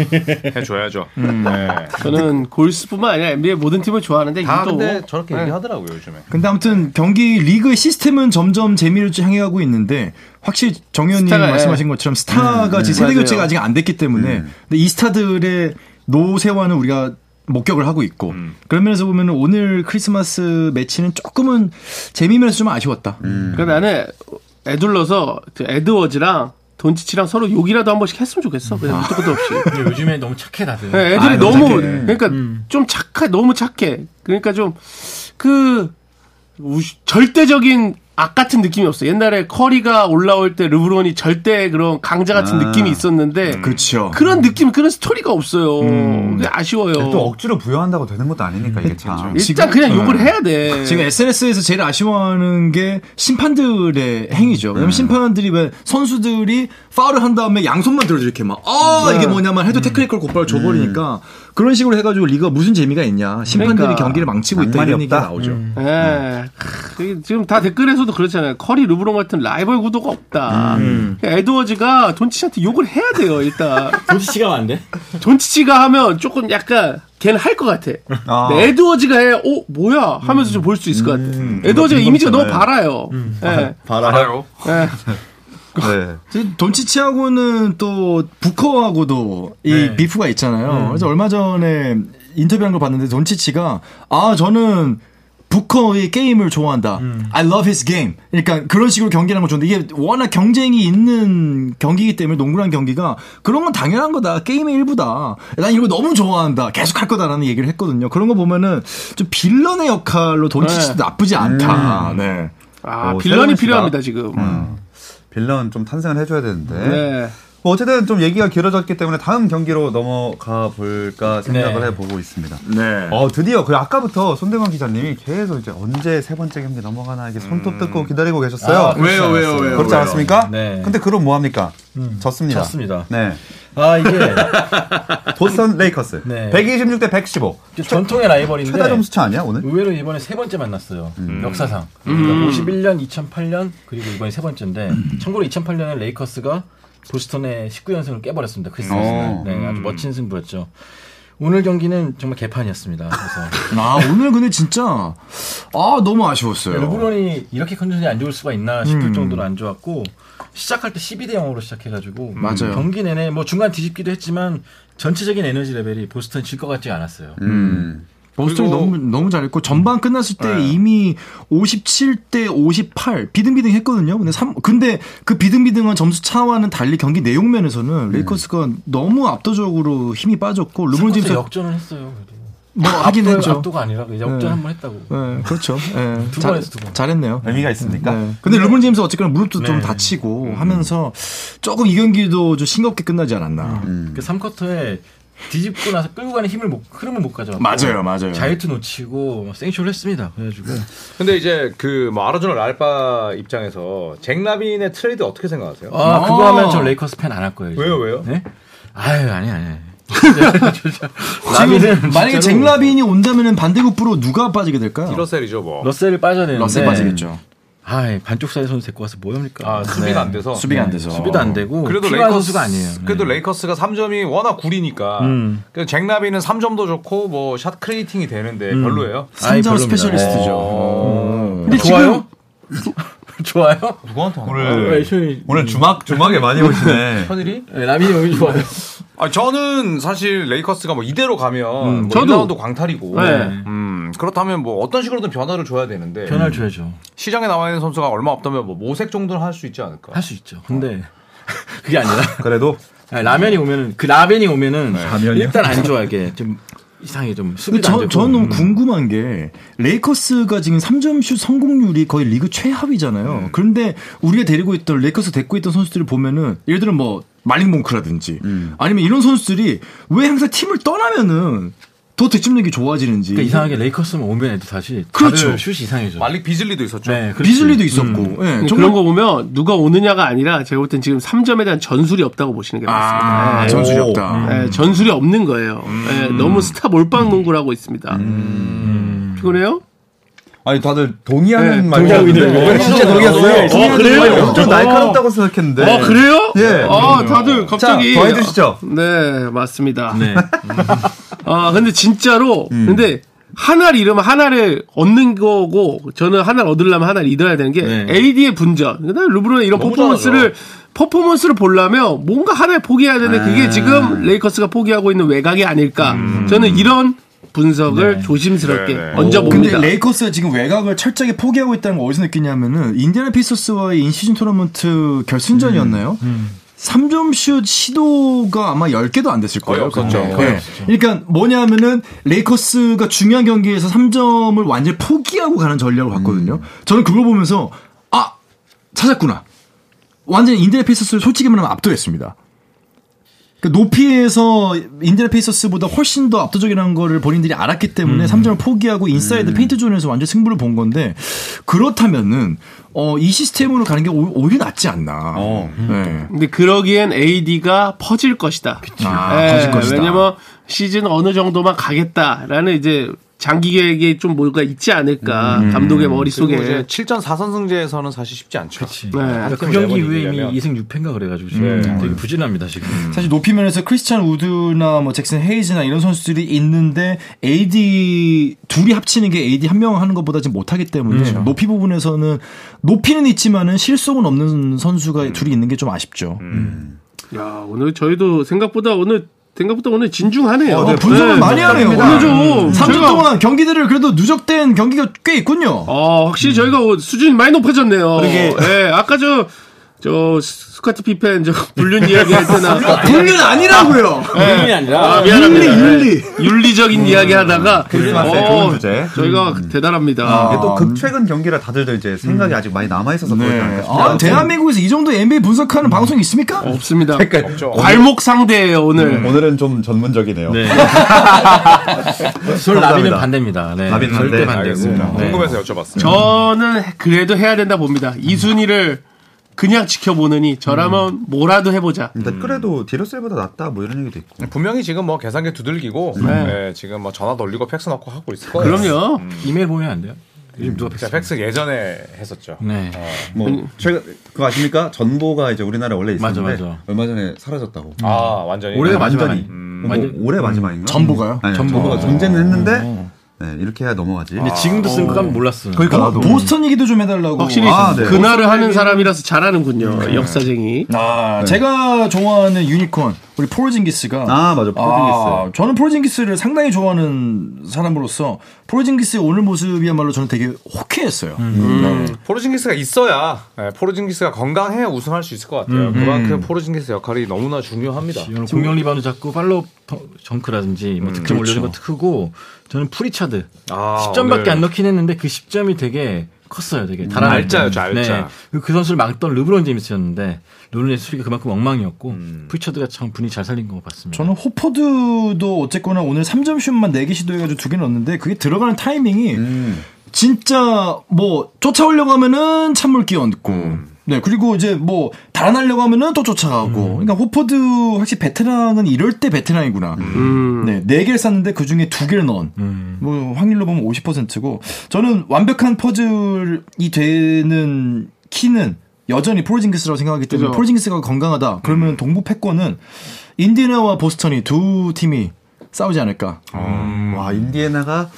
Speaker 5: 해줘야죠. 네.
Speaker 3: 저는 골스뿐만 아니라 NBA 모든 팀을 좋아하는데
Speaker 5: 다
Speaker 3: 유독
Speaker 5: 근데 저렇게 얘기하더라고요 네. 요즘에.
Speaker 2: 근데 아무튼 경기 리그의 시스템은 점점 재미를 향해 가고 있는데 확실히 정 의원님
Speaker 3: 스타가, 예. 음,
Speaker 2: 말씀하신 것처럼 스타가 지금 세대
Speaker 3: 맞아요. 음.
Speaker 2: 교체가 아직 안 됐기 때문에 근데 이 스타들의 노세화는 우리가 목격을 하고 있고
Speaker 3: 음.
Speaker 2: 그런 면에서 보면 오늘 크리스마스 매치는 조금은 재미 면에서 좀 아쉬웠다.
Speaker 3: 그러니까 나는 애둘러서 그 에드워즈랑 돈치치랑 서로 욕이라도 한 번씩 했으면 좋겠어. 그냥 밑도 끝도 없이.
Speaker 4: 근데 요즘에 너무 착해, 다들.
Speaker 3: 네, 애들이
Speaker 2: 음. 아, 너무
Speaker 3: 너무
Speaker 2: 착해. 음.
Speaker 3: 그러니까 좀 착해 너무 착해 그러니까 좀 그 절대적인 악 같은 느낌이 없어 옛날에 커리가 올라올 때 르브론이 절대 그런 강자 같은
Speaker 1: 아.
Speaker 3: 느낌이 있었는데
Speaker 2: 그렇죠.
Speaker 3: 그런 느낌 그런 스토리가 없어요 그게 아쉬워요
Speaker 1: 네, 또 억지로 부여한다고 되는 것도 아니니까 이게 참.
Speaker 3: 일단 그냥 욕을 해야 돼
Speaker 2: 지금 SNS에서 제일 아쉬워하는 게 심판들의 행위죠.
Speaker 3: 음.
Speaker 2: 왜냐면 심판들이 왜 선수들이 파울을 한 다음에 양손만 들어서 이렇게 막, 아,
Speaker 3: 네.
Speaker 2: 이게 뭐냐만
Speaker 3: 음.
Speaker 2: 해도 테크니컬 곧바로 줘버리니까 그런 식으로 해가지고 리가 무슨 재미가 있냐. 심판들이
Speaker 3: 그러니까.
Speaker 2: 경기를 망치고 있다
Speaker 1: 낭만이
Speaker 2: 이런 얘기가
Speaker 1: 없다.
Speaker 2: 나오죠.
Speaker 3: 예. 그게 지금 다 댓글에서도 그렇잖아요. 커리 르브론 같은 라이벌 구도가 없다.
Speaker 4: 음.
Speaker 3: 그러니까 에드워즈가 돈치치한테 욕을 해야 돼요, 일단.
Speaker 4: 도지치가 안 돼?
Speaker 3: 돈치치가 하면 조금 약간 걔는 할 것 같아.
Speaker 1: 아.
Speaker 3: 근데 에드워즈가 해, 어 뭐야 하면서 좀 볼 수 있을 것 같아. 에드워즈가 이미지가 너무 발아요. 예.
Speaker 1: 바라요.
Speaker 3: 예.
Speaker 1: 네.
Speaker 2: 지금 돈치치하고는 또 부커하고도 이
Speaker 4: 네.
Speaker 2: 비프가 있잖아요. 그래서 얼마 전에 인터뷰한 걸 봤는데 돈치치가 아 저는 부커의 게임을 좋아한다. I love his game. 그러니까 그런 식으로 경기하는 건 좋은데 이게 워낙 경쟁이 있는 경기이기 때문에 농구란 경기가 그런 건 당연한 거다. 게임의 일부다. 난 이거 너무 좋아한다. 계속 할 거다라는 얘기를 했거든요. 그런 거 보면은 좀 빌런의 역할로 돈치치도
Speaker 3: 네.
Speaker 2: 나쁘지 않다. 네.
Speaker 3: 아
Speaker 1: 오,
Speaker 3: 빌런이
Speaker 1: 새로운
Speaker 3: 필요합니다
Speaker 1: 시각.
Speaker 3: 지금.
Speaker 1: 빌런 좀 탄생을 해줘야 되는데.
Speaker 3: 네.
Speaker 1: 뭐 어쨌든 좀 얘기가 길어졌기 때문에 다음 경기로 넘어가 볼까 생각을
Speaker 4: 네.
Speaker 1: 해보고 있습니다.
Speaker 2: 네.
Speaker 1: 어 드디어 그 아까부터 손대만 기자님이 계속 이제 언제 세 번째 경기 넘어가나 이게 손톱 뜯고 기다리고 계셨어요.
Speaker 4: 아,
Speaker 2: 왜요, 왜요, 왜요?
Speaker 1: 그렇지
Speaker 2: 왜요?
Speaker 1: 않았습니까?
Speaker 4: 네.
Speaker 1: 근데 그럼 뭐 합니까? 졌습니다.
Speaker 4: 졌습니다.
Speaker 1: 네.
Speaker 4: 아, 이게
Speaker 1: 보스턴 레이커스.
Speaker 4: 네.
Speaker 1: 126 대 115.
Speaker 4: 전통의 라이벌인데.
Speaker 1: 최다 점수차 아니야 오늘?
Speaker 4: 의외로 이번에 세 번째 만났어요.
Speaker 2: 음.
Speaker 4: 역사상. 그러니까 51년, 2008년, 그리고 이번에 세 번째인데, 참고로 2008년에 레이커스가 보스턴의 19연승을 깨버렸습니다. 크리스마스 날.
Speaker 1: 어.
Speaker 4: 네,
Speaker 2: 음.
Speaker 4: 아주 멋진 승부였죠. 오늘 경기는 정말 개판이었습니다. 그래서
Speaker 2: 아 오늘 근데 진짜 아 너무 아쉬웠어요.
Speaker 4: 네,
Speaker 2: 음.
Speaker 4: 르브론이 이렇게 컨디션이 안 좋을 수가 있나 싶을 정도로 안 좋았고 시작할 때 12대 0으로 시작해가지고 음,
Speaker 2: 맞아요.
Speaker 4: 경기 내내 뭐 중간 뒤집기도 했지만 전체적인 에너지 레벨이 보스턴 질 것 같지 않았어요.
Speaker 1: 음.
Speaker 2: 보스턴이
Speaker 5: 그리고-
Speaker 2: 너무 너무 잘했고 전반 끝났을 때
Speaker 4: 네.
Speaker 2: 이미 57대 58 비등비등 했거든요. 근데 삼 근데 그 비등비등한 점수 차와는 달리 경기 내용 면에서는
Speaker 4: 네.
Speaker 2: 레이커스가 너무 압도적으로 힘이 빠졌고 르브론
Speaker 4: 스
Speaker 2: 제임스
Speaker 4: 역전을 했어요. 그래도.
Speaker 2: 뭐 하긴 했죠.
Speaker 4: 압도가 아니라 이제 역전
Speaker 2: 네.
Speaker 4: 한 번 했다고.
Speaker 2: 예, 그렇죠. 예,
Speaker 4: 두
Speaker 2: 잘-
Speaker 4: 번에서 두 번.
Speaker 2: 잘했네요.
Speaker 1: 의미가 있습니까?
Speaker 2: 네. 근데 르브론 제임스 어쨌거나 무릎도 좀
Speaker 4: 네.
Speaker 2: 다치고 하면서 조금 이 경기도 좀 싱겁게 끝나지 않았나. 음.
Speaker 4: 그 3쿼터에 뒤집고 나서 끌고 가는 힘을 못, 흐름을 못 가져.
Speaker 2: 맞아요, 맞아요.
Speaker 4: 네. 자유투 놓치고 막 생쇼를 했습니다. 그래가지고
Speaker 5: 근데 이제 그 뭐 아르조나 랄바 입장에서 잭라빈의 트레이드 어떻게 생각하세요?
Speaker 4: 아, 그거 하면 저 레이커스 팬 안 할 거예요. 이제.
Speaker 5: 왜요, 왜요?
Speaker 4: 네? 아유 아니 아니. 라빈은
Speaker 2: 지금 만약에 잭라빈이 온다면 반대급부로 누가 빠지게 될까요?
Speaker 5: 러셀이죠 뭐.
Speaker 4: 네. 러셀을 빠져야 되는데
Speaker 2: 러셀 빠지겠죠.
Speaker 4: 아, 반쪽 사이 선수 데리고 와서 뭐 합니까?
Speaker 5: 아, 수비가 안 돼서. 음.
Speaker 2: 수비가 안 돼서.
Speaker 4: 수비도 안 되고
Speaker 5: 그래도
Speaker 4: 필요한
Speaker 5: 레이커스,
Speaker 4: 선수가 아니에요.
Speaker 5: 그래도
Speaker 4: 네.
Speaker 5: 레이커스가 3점이 워낙 구리니까.
Speaker 4: 음.
Speaker 5: 그래서 잭나비는 3점도 좋고 뭐 샷 크레이팅이 되는데 별로예요.
Speaker 4: 아이,
Speaker 2: 삼점
Speaker 4: 별로입니다.
Speaker 2: 스페셜리스트죠.
Speaker 4: 어.
Speaker 2: 근데
Speaker 4: 좋아요? 좋아요?
Speaker 5: 누구한테 하는 거예요?
Speaker 1: 오늘
Speaker 4: 션이
Speaker 1: 오늘 주막 주막에 많이 오시네.
Speaker 4: 현일이? 네, 라민이 형이 좋아요.
Speaker 5: 아, 저는 사실 레이커스가 뭐 이대로 가면 뭐
Speaker 3: 저도.
Speaker 5: 1라운드 광탈이고.
Speaker 3: 네.
Speaker 5: 음, 그렇다면 뭐 어떤 식으로든 변화를 줘야 되는데.
Speaker 4: 변화를 줘야죠.
Speaker 5: 시장에 나와 있는 선수가 얼마 없다면 뭐 모색 정도는 할 수 있지 않을까?
Speaker 4: 할 수 있죠. 근데 그게 아니라
Speaker 1: 그래도
Speaker 4: 아니, 라면이 오면은 그 라면이 오면은
Speaker 1: 라면이요?
Speaker 4: 일단 안 좋아하게 좀 이상해 좀
Speaker 2: 근데
Speaker 4: 수비도 안
Speaker 2: 저,
Speaker 4: 되고.
Speaker 2: 저는 너무
Speaker 4: 음.
Speaker 2: 궁금한 게 레이커스가 지금 3점슛 성공률이 거의 리그 최하위잖아요.
Speaker 4: 음.
Speaker 2: 그런데 우리가 데리고 있던 레이커스 데리고 있던 선수들을 보면은 예를 들어 뭐 말린 몽크라든지
Speaker 4: 음.
Speaker 2: 아니면 이런 선수들이 왜 항상 팀을 떠나면은 더 득점력이 좋아지는지
Speaker 4: 그러니까 이상하게 레이커스만 오면 애도 다시
Speaker 2: 그렇죠.
Speaker 4: 다들 슛이 이상해져. 네,
Speaker 5: 말릭 비즐리도 있었죠.
Speaker 4: 그렇지. 음. 뭐
Speaker 2: 비슬리도 있었고 예,
Speaker 3: 근데
Speaker 2: 정말
Speaker 3: 그런 거 보면 누가 오느냐가 아니라 제가 볼 땐 지금 3점에 대한 전술이 없다고 보시는 게 맞습니다.
Speaker 2: 아,
Speaker 4: 네.
Speaker 2: 전술이
Speaker 4: 음.
Speaker 2: 없다.
Speaker 3: 예, 전술이 없는 거예요. 예, 너무 스타 몰빵 농구라고 있습니다. 음. 피곤해요?
Speaker 1: 아니 다들 동의하는
Speaker 3: 네,
Speaker 1: 말이 동의하는데 진짜 동의했어요.
Speaker 3: 동의했어요. 어, 그래요?
Speaker 1: 엄청
Speaker 3: 어.
Speaker 1: 날카롭다고 생각했는데.
Speaker 3: 아 그래요?
Speaker 1: 예.
Speaker 3: 아 다들 갑자기
Speaker 1: 자, 더 해주시죠.
Speaker 3: 네 맞습니다.
Speaker 4: 네.
Speaker 3: 아 근데 진짜로
Speaker 2: 음.
Speaker 3: 근데 하나를 잃으면 하나를 얻는 거고 저는 하나를 얻으려면 하나를 잃어야 되는 게
Speaker 4: 네.
Speaker 3: AD의 분전. 그다음에 루브론의 이런
Speaker 5: 너무
Speaker 3: 퍼포먼스를 퍼포먼스를 보려면 뭔가 하나를 포기해야
Speaker 2: 네.
Speaker 3: 되는데 그게 지금 레이커스가 포기하고 있는 외곽이 아닐까.
Speaker 2: 음.
Speaker 3: 저는 이런 분석을 조심스럽게
Speaker 5: 네, 네.
Speaker 3: 얹어
Speaker 2: 근데
Speaker 3: 봅니다.
Speaker 2: 레이커스가 지금 외곽을 철저하게 포기하고 있다는 걸 어디서 느끼냐면은 인디애나 페이서스와의 인시즌 토너먼트 결승전이었나요? 3점슛 시도가 아마 10개도 안 됐을 거예요.
Speaker 5: 거의 없었죠.
Speaker 2: 그때.
Speaker 5: 거의
Speaker 2: 네. 그러니까 뭐냐면은 레이커스가 중요한 경기에서 3점을 완전히 포기하고 가는 전략을 봤거든요.
Speaker 5: 음.
Speaker 2: 저는 그걸 보면서 아, 찾았구나. 완전히 인디애나 페이서스를 솔직히 말하면 압도했습니다. 그 높이에서 인디애나 페이서스보다 훨씬 더 압도적이라는 거를 본인들이 알았기 때문에 3점을 포기하고 인사이드 페인트 존에서 완전 승부를 본 건데 그렇다면은 어, 이 시스템으로 가는 게 오- 오히려 낫지 않나.
Speaker 1: 어.
Speaker 2: 네.
Speaker 3: 근데 그러기엔 AD가 퍼질 것이다.
Speaker 2: 아,
Speaker 3: 예,
Speaker 2: 퍼질 것이다.
Speaker 3: 왜냐면 시즌 어느 정도만 가겠다라는 이제 장기 계획에 좀 뭔가 있지 않을까
Speaker 2: 음.
Speaker 3: 감독의
Speaker 5: 그리고
Speaker 3: 머릿속에
Speaker 5: 이제 7전 4선승제에서는 사실 쉽지 않죠.
Speaker 3: 네.
Speaker 4: 그 경기 이후에 이미 2승 6패인가 그래가지고 지금 되게 부진합니다 지금.
Speaker 2: 사실 높이 면에서 크리스찬 우드나 뭐 잭슨 헤이즈나 이런 선수들이 있는데 AD 둘이 합치는 게 AD 한 명 하는 것보다 지금 못하기 때문에 높이 부분에서는 높이는 있지만은 실속은 없는 선수가 둘이 있는 게 좀 아쉽죠.
Speaker 3: 야 오늘 저희도 생각보다 오늘 생각보다 오늘 진중하네요.
Speaker 2: 어, 분석을 많이 하네요. 음.
Speaker 3: 오늘 좀
Speaker 2: 3주
Speaker 3: 제가-
Speaker 2: 동안 경기들을 그래도 누적된 경기가 꽤 있군요.
Speaker 3: 아 확실히 저희가 오- 수준이 많이 높아졌네요.
Speaker 2: 그러게.
Speaker 3: 예, 아까 저. 저 스카트 피펜 저 불륜 이야기 할 때나
Speaker 2: 분류는 아니라고요. 음.
Speaker 4: 게임이 아니라
Speaker 3: 아, 미안합니다. 윤리 윤리적인 이야기 하다가
Speaker 1: 크리스마스의
Speaker 3: 어, 아.
Speaker 1: 좋은 주제.
Speaker 3: 저희가 대단합니다.
Speaker 2: 아.
Speaker 1: 이게 또그 극최근 경기라 다들 이제 생각이 아직 많이 남아 있어서 그러지 않을까 싶어요.
Speaker 2: 아, 대한민국에서 이 정도 NBA 분석하는 방송이 있습니까?
Speaker 3: 없습니다.
Speaker 5: 없죠.
Speaker 3: 괄목 상대예요 오늘.
Speaker 1: 네.
Speaker 2: 음.
Speaker 1: 오늘은 좀 전문적이네요.
Speaker 4: 네. 저는 라비는 반대입니다. 네.
Speaker 1: 라빈 반대.
Speaker 4: 절대 반대고.
Speaker 1: 알겠습니다.
Speaker 4: 네.
Speaker 5: 궁금해서 여쭤봤어요.
Speaker 3: 저는 그래도 해야 된다 봅니다. 이 순위를 그냥 지켜보느니 저라면
Speaker 2: 음.
Speaker 3: 뭐라도 해보자.
Speaker 1: 근데 그래도 디러셀보다 낫다 뭐 이런 얘기도 있고.
Speaker 5: 분명히 지금 뭐 계산기 두들기고 예, 지금 뭐 전화 돌리고 팩스 넣고 하고 있을 거예요.
Speaker 3: 그럼요.
Speaker 4: 이메일 보면 안 돼요? 요즘 누가
Speaker 5: 음, 제가 아.
Speaker 4: 팩스?
Speaker 5: 팩스 예전에 했었죠.
Speaker 4: 네.
Speaker 1: 뭐 최근 그거 아십니까? 전보가 이제 우리나라에 원래 있었는데
Speaker 4: 맞아, 맞아.
Speaker 1: 얼마 전에 사라졌다고.
Speaker 5: 아 완전히.
Speaker 4: 올해가
Speaker 5: 네.
Speaker 4: 마지막
Speaker 1: 완전히. 뭐
Speaker 4: 완전-
Speaker 1: 올해 마지막인가?
Speaker 2: 전보가요?
Speaker 1: 아니,
Speaker 4: 전보가.
Speaker 1: 전보가 존재는 했는데 네, 이렇게 해야 넘어가지.
Speaker 4: 근데 지금도 쓴 거면 몰랐어. 요
Speaker 2: 그러니까 보스턴 얘기도 좀 해달라고.
Speaker 3: 확실히
Speaker 1: 아, 네.
Speaker 3: 그날을 하는 사람이라서 잘하는군요. 역사쟁이.
Speaker 2: 아, 제가 좋아하는 유니콘 우리 폴징기스가
Speaker 1: 아, 맞아. 폴징기스.
Speaker 2: 저는 폴징기스를 상당히 좋아하는 사람으로서 폴징기스의 오늘 모습이야말로 저는 되게 호쾌했어요. 음.
Speaker 5: 음. 네. 포르징기스가 있어야 예, 포르징기스가 건강해 우승할 수 있을 것 같아요. 그만큼 포르징기스 역할이 너무나 중요합니다.
Speaker 4: 오늘 공격 리바운드 잡고 팔로우 펑- 정크라든지 뭐 득점 올려준 것도 크고 저는 프리차드
Speaker 5: 아,
Speaker 4: 10점밖에
Speaker 5: 오늘.
Speaker 4: 안 넣긴 했는데 그 10점이 되게 컸어요. 되게
Speaker 5: 음,
Speaker 4: 달아날
Speaker 5: 알짜였죠,
Speaker 4: 때.
Speaker 5: 알짜.
Speaker 4: 네. 그 선수를 막던 르브론 제임스였는데 르브론의 수비가 그만큼 엉망이었고
Speaker 5: 음.
Speaker 4: 프리차드가 참 분위 잘 살린 것 같습니다.
Speaker 2: 저는 호포드도 어쨌거나 오늘 3점 슛만 4개 시도해가지고 2개 넣었는데 그게 들어가는
Speaker 4: 음.
Speaker 2: 타이밍이 진짜 뭐 쫓아오려고 하면은 찬물 끼얹고 네, 그리고 이제 뭐 달아나려고 하면은 또 쫓아가고. 그러니까 호퍼드 확실히 베테랑은 이럴 때 베테랑이구나.
Speaker 3: 음,
Speaker 2: 네, 네 개를 쌌는데 그 중에 두 개를 넣은. 뭐 확률로 보면 50%고 저는 완벽한 퍼즐이 되는 키는 여전히 폴징기스라고 생각하기 때문에
Speaker 3: 그죠.
Speaker 2: 폴징기스가 건강하다. 그러면 동부 패권은 인디애나와 보스턴이 두 팀이 싸우지 않을까.
Speaker 1: 음.
Speaker 4: 음.
Speaker 1: 와 인디애나가